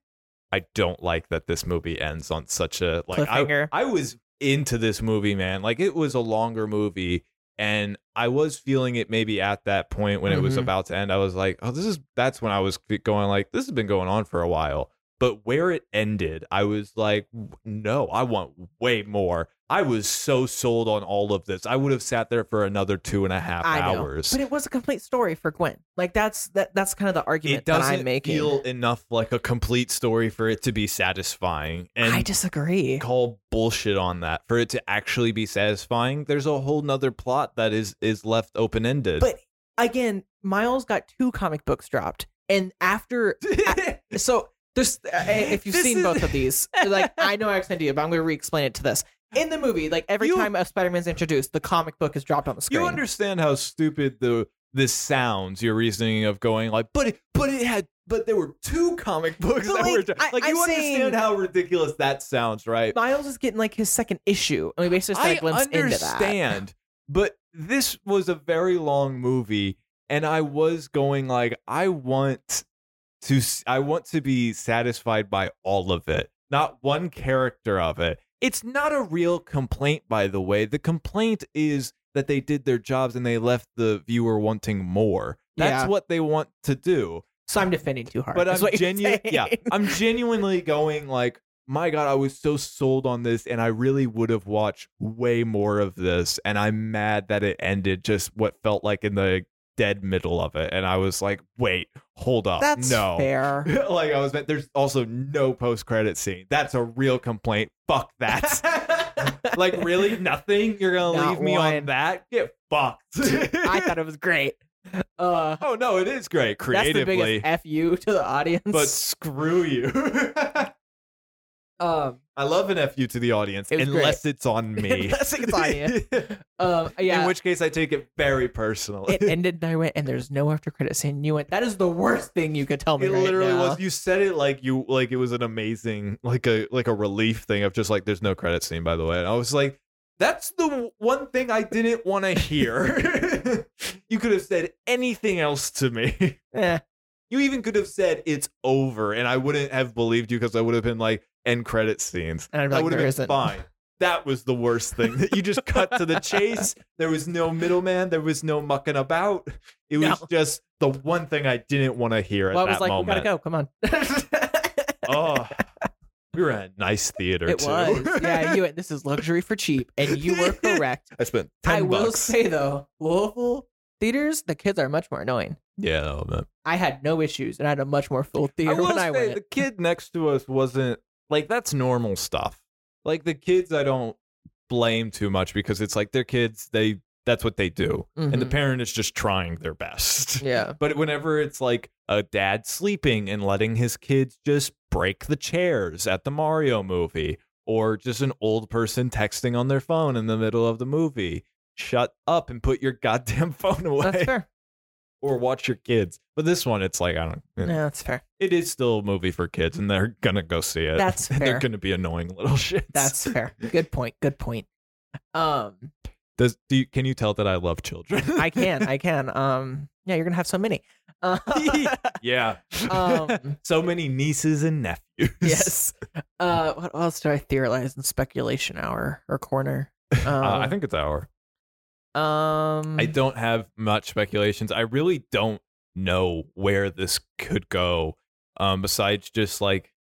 I don't like that this movie ends on such a like I, Cliffhanger. I was into this movie, man. Like it was a longer movie, and I was feeling it maybe at that point when it was Mhm. about to end. I was like, oh, this is that's when I was going like, this has been going on for a while. But where it ended, I was like, no, I want way more. I was so sold on all of this. I would have sat there for another two and a half I know. hours. But it was a complete story for Gwen. Like that's that that's kind of the argument it doesn't that I'm making. feel enough like a complete story for it to be satisfying. And I disagree. call bullshit on that for it to actually be satisfying there's a whole nother plot that is is left open-ended But- Again, Miles got two comic books dropped, and after so there's uh, if you've This seen is- both of these, like I know I explained to you, but I'm going to re-explain it to this. In the movie, like every You- time a Spider-Man's introduced, the comic book is dropped on the screen. you understand how stupid the this sounds your reasoning of going like but it, but it had but there were two comic books But, that like, were done." I- like I'm you saying- understand how ridiculous that sounds right Miles is getting like his second issue, and we basically just got a glimpse into that. understand, but this was a very long movie, and I was going like, I want to, s- I want to be satisfied by all of it, not one character of it. It's not a real complaint, by the way. The complaint is that they did their jobs and they left the viewer wanting more. That's Yeah. what they want to do So I'm defending too hard. but is I'm what you're genuine. Yeah, saying. I'm genuinely going like, my God, I was so sold on this, and I really would have watched way more of this. And I'm mad that it ended just what felt like in the dead middle of it. And I was like, wait, hold up, That's oh, no. fair. like I was, there's also no post credit scene. That's a real complaint. Fuck that. like really, nothing. You're gonna Not leave me one. on that? Get fucked. I thought it was great. Uh, oh no, it is great that's the creatively, biggest fu to the audience. but screw you. um, I love an FU to the audience It was unless it's on me. Unless it's on you. um, yeah, In which case I take it very personally. it ended, and I went, and there's no after credit scene. You went, that is the worst thing you could tell me. It right literally now. was you said it like you like it was an amazing like a like a relief thing of just like there's no credit scene by the way. And I was like that's the w- one thing I didn't want to hear. you could have said anything else to me. Eh, You even could have said it's over and I wouldn't have believed you because I would have been like end credit scenes. and I'm I like, would there have been isn't. fine. That was the worst thing. That you just cut to the chase. There was no middleman. There was no mucking about. It was No. just just the one thing I didn't want to hear at Well, I that was like, moment. we gotta go. Come on. Oh, we were at a nice theater it too. was. Yeah, you went. This is luxury for cheap, and you were correct. I spent ten I will bucks. say though, Louisville theaters, the kids are much more annoying. yeah, no, man. I had no issues, and I had a much more full theater when I went. the kid next to us wasn't like that's normal stuff. Like the kids, I don't blame too much because it's like they're kids. They that's what they do, and the Mhm. parent is just trying their best. yeah, But whenever it's like a dad sleeping and letting his kids just break the chairs at the Mario movie, or just an old person texting on their phone in the middle of the movie, shut up and put your goddamn phone that's away fair. or watch your kids. But this one, it's like, I don't, Yeah, that's fair. it is still a movie for kids and they're gonna go see it. That's and fair. they're gonna be annoying little shits. That's fair. Good point. Good point. Um, Does, do you, can you tell that I love children? I can, I can. Um, yeah, you're gonna have so many. Uh, yeah. um, so many nieces and nephews. yes. Uh, what else do I theorize in speculation hour or corner? Um, Uh, I think it's our. Um, I don't have much speculations. I really don't know where this could go. Um, besides just like,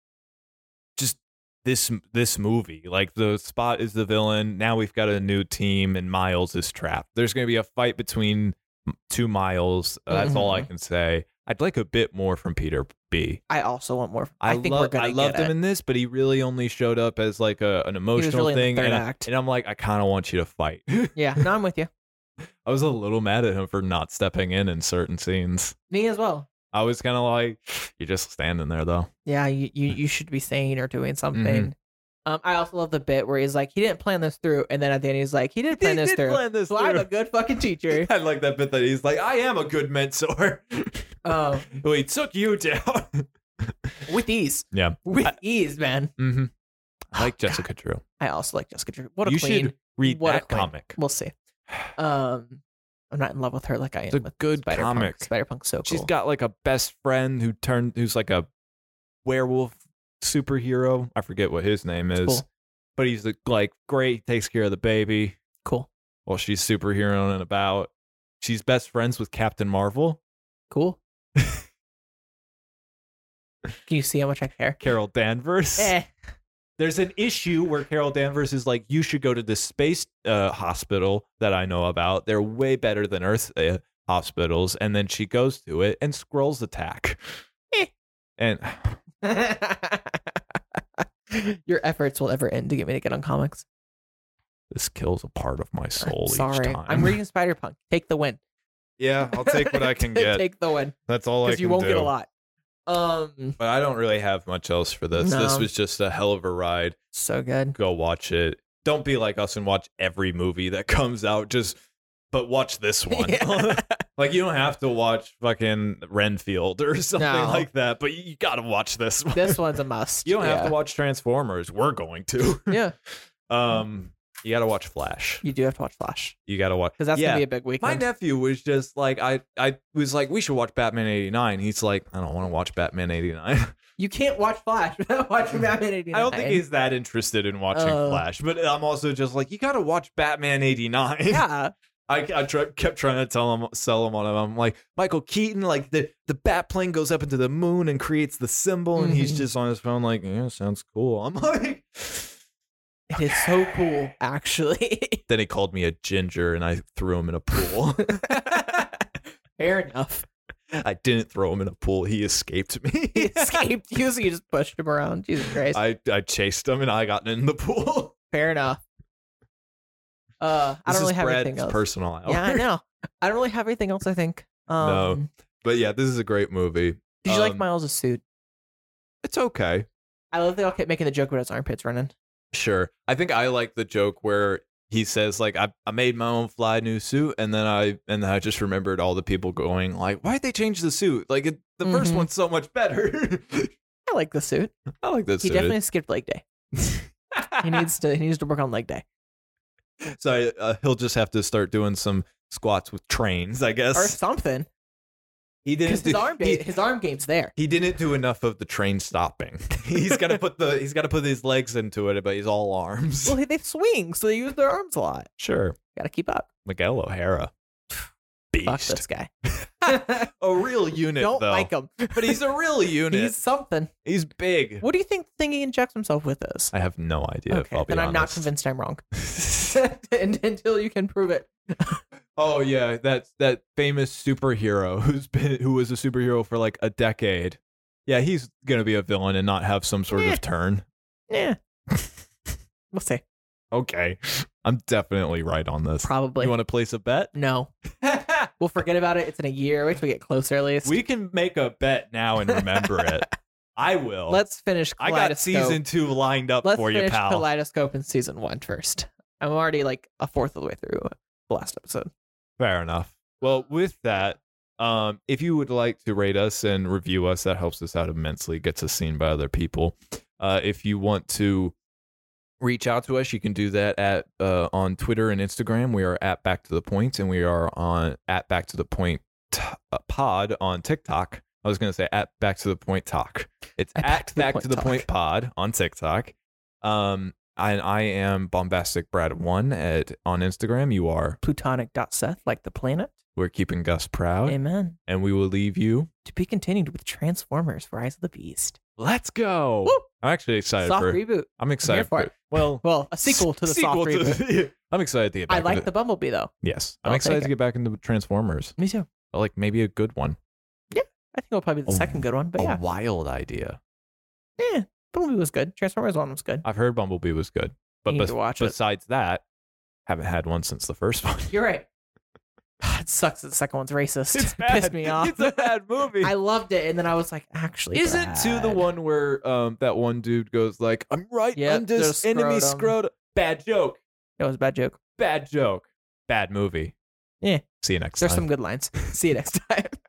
just this this movie. Like the spot is the villain. Now we've got a new team, and Miles is trapped. There's gonna be a fight between two Miles. Uh, that's all Mm-hmm. I can say. I'd like a bit more from Peter B. I also want more. I, I, think love, we're gonna I loved get him it. in this, but he really only showed up as like a, an He was emotional really in thing, the third and, I, act. and I'm like, I kind of want you to fight. yeah, no, I'm with you. I was a little mad at him for not stepping in in certain scenes. Me as well. I was kind of like, you're just standing there though. Yeah, you, you, Mm-hmm. you should be saying or doing something. Um, I also love the bit where he's like, he didn't plan this through, and then at the end he's like, he did plan this through. plan this so I'm a good fucking teacher. I like that bit that he's like, I am a good mentor. um, well, he took you down. with ease. Yeah. with ease, man. mm-hmm. I like Oh, God. Jessica Drew. I also like Jessica Drew. What a you queen. should read What a that queen. comic. We'll see. Um, I'm not in love with her like I am It's a with good Spider comic. Punk. Spider Punk's so cool. She's got like a best friend who turned who's like a werewolf superhero. I forget what his name is, cool. but he's like great, takes care of the baby cool, while she's superheroing about. She's best friends with Captain Marvel, cool. Can you see how much I care? Carol Danvers. Eh. There's an issue where Carol Danvers is like, you should go to this space uh, hospital that I know about. They're way better than Earth uh, hospitals. And then she goes to it and Skrulls attack. Eh. And Your efforts will ever end to get me to get on comics. this kills a part of my soul I'm each sorry, time. I'm reading Spider Punk. Take the win. yeah, I'll take what I can get. Take the win That's all I because can you won't do. get a lot. Um, But I don't really have much else for this. This No. was just a hell of a ride. so good. Go watch it. Don't be like us and watch every movie that comes out. Just, but watch this one. Yeah. Like you don't have to watch fucking Renfield or something No. like that, but you gotta watch this one. This one's a must. you don't yeah. have to watch Transformers. We're going to. Yeah, Um, you gotta watch Flash. you do have to watch Flash You gotta watch because that's yeah. gonna be a big My weekend. nephew was just like, I, I was like, we should watch Batman '89. He's like, I don't want to watch Batman '89. you can't watch Flash without watching Batman 89. I don't think he's that interested in watching eh? Oh. Flash, but I'm also just like, you gotta watch Batman '89. Yeah, I, I tr- kept trying to tell him, sell him on him. I'm like Michael Keaton, like the the bat plane goes up into the moon and creates the symbol, and he's Mhm. just on his phone, like, yeah, sounds cool. I'm like, it is so cool, actually. then he called me a ginger, and I threw him in a pool. Fair enough. I didn't throw him in a pool. He escaped me. He escaped you, so you just pushed him around. Jesus Christ. I I chased him, and I got in the pool. Fair enough. Uh, I This don't is really have Brad's anything else. personal hour. yeah, I know. I don't really have anything else. I think. Um, No. But yeah, this is a great movie. Did you like Um, Miles' suit? It's okay. I love they all kept making the joke about his armpits running. Sure. I think I like the joke where he says like I, I made my own fly new suit and then I and then I just remembered all the people going like why'd they change the suit? Like it, the first Mhm. one's so much better. I like the suit. I like this He suit. definitely skipped leg day. He needs to. He needs to work on leg day so uh, he'll just have to start doing some squats with trains, I guess. or something. he Because didn't his do- arm, he, ga- his arm game's there. he didn't do enough of the train stopping. he's got to put the he's got to put his legs into it, but he's all arms. Well, they swing, so they use their arms a lot. sure. Got to keep up. Miguel O'Hara. Fuck Beast. this guy. A real unit Don't though. like him. but he's a real unit. He's something. He's big. What do you think the thing he injects himself with is? I have no idea. if okay, I'll be then I'm not honest. convinced I'm wrong. and, until you can prove it. oh yeah, that that famous superhero who's been who was a superhero for like a decade. Yeah, he's gonna be a villain and not have some sort Yeah. of turn. Yeah. we'll see. Okay, I'm definitely right on this. Probably. You want to place a bet? no. We'll forget about it. It's in a year. Wait till we get closer at least. we can make a bet now and remember it. I will. Let's finish I Kaleidoscope. got season two lined up Let's for you, finish pal. Kaleidoscope in season one first. I'm already like a fourth of the way through the last episode. Fair enough. Well, with that, um, if you would like to rate us and review us, that helps us out immensely, gets us seen by other people. Uh, if you want to reach out to us, you can do that at uh, on Twitter and Instagram. We are at Back to the Point, and we are on at Back to the Point uh, Pod on TikTok. I was going to say at Back to the Point Talk. It's at, Back to the Point Talk. Pod on TikTok. Um, and I am bombastic Brad one at on Instagram. You are Plutonic dot Seth, like the planet. We're keeping Gus proud, Amen. and we will leave you. To be continued with Transformers: Rise of the Beast. Let's go. Woo! I'm actually excited soft for. reboot. I'm excited for for. it. it. Well, Well, a sequel to the sequel soft reboot. to- I'm excited to get back. I like into, the Bumblebee though. Yes, I'm I'll excited take to get back into Transformers. Me too. I Like maybe a good one. I think it'll probably be the A- second good one, but a yeah, wild idea. yeah, Bumblebee was good. Transformers one was good. I've heard Bumblebee was good, You but need bes- to watch it. besides that, haven't had one since the first one. You're right. it sucks that the second one's racist. It's It bad. Pissed me off. It's a bad movie. I loved it, and then I was like, actually, Is it too the bad. one where um that one dude goes like, "I'm right Yep, under s- their enemy scrotum. scrotum." Bad joke. It was a bad joke. Bad joke. Bad movie. Yeah. See you next There's time. some good lines. See you next time.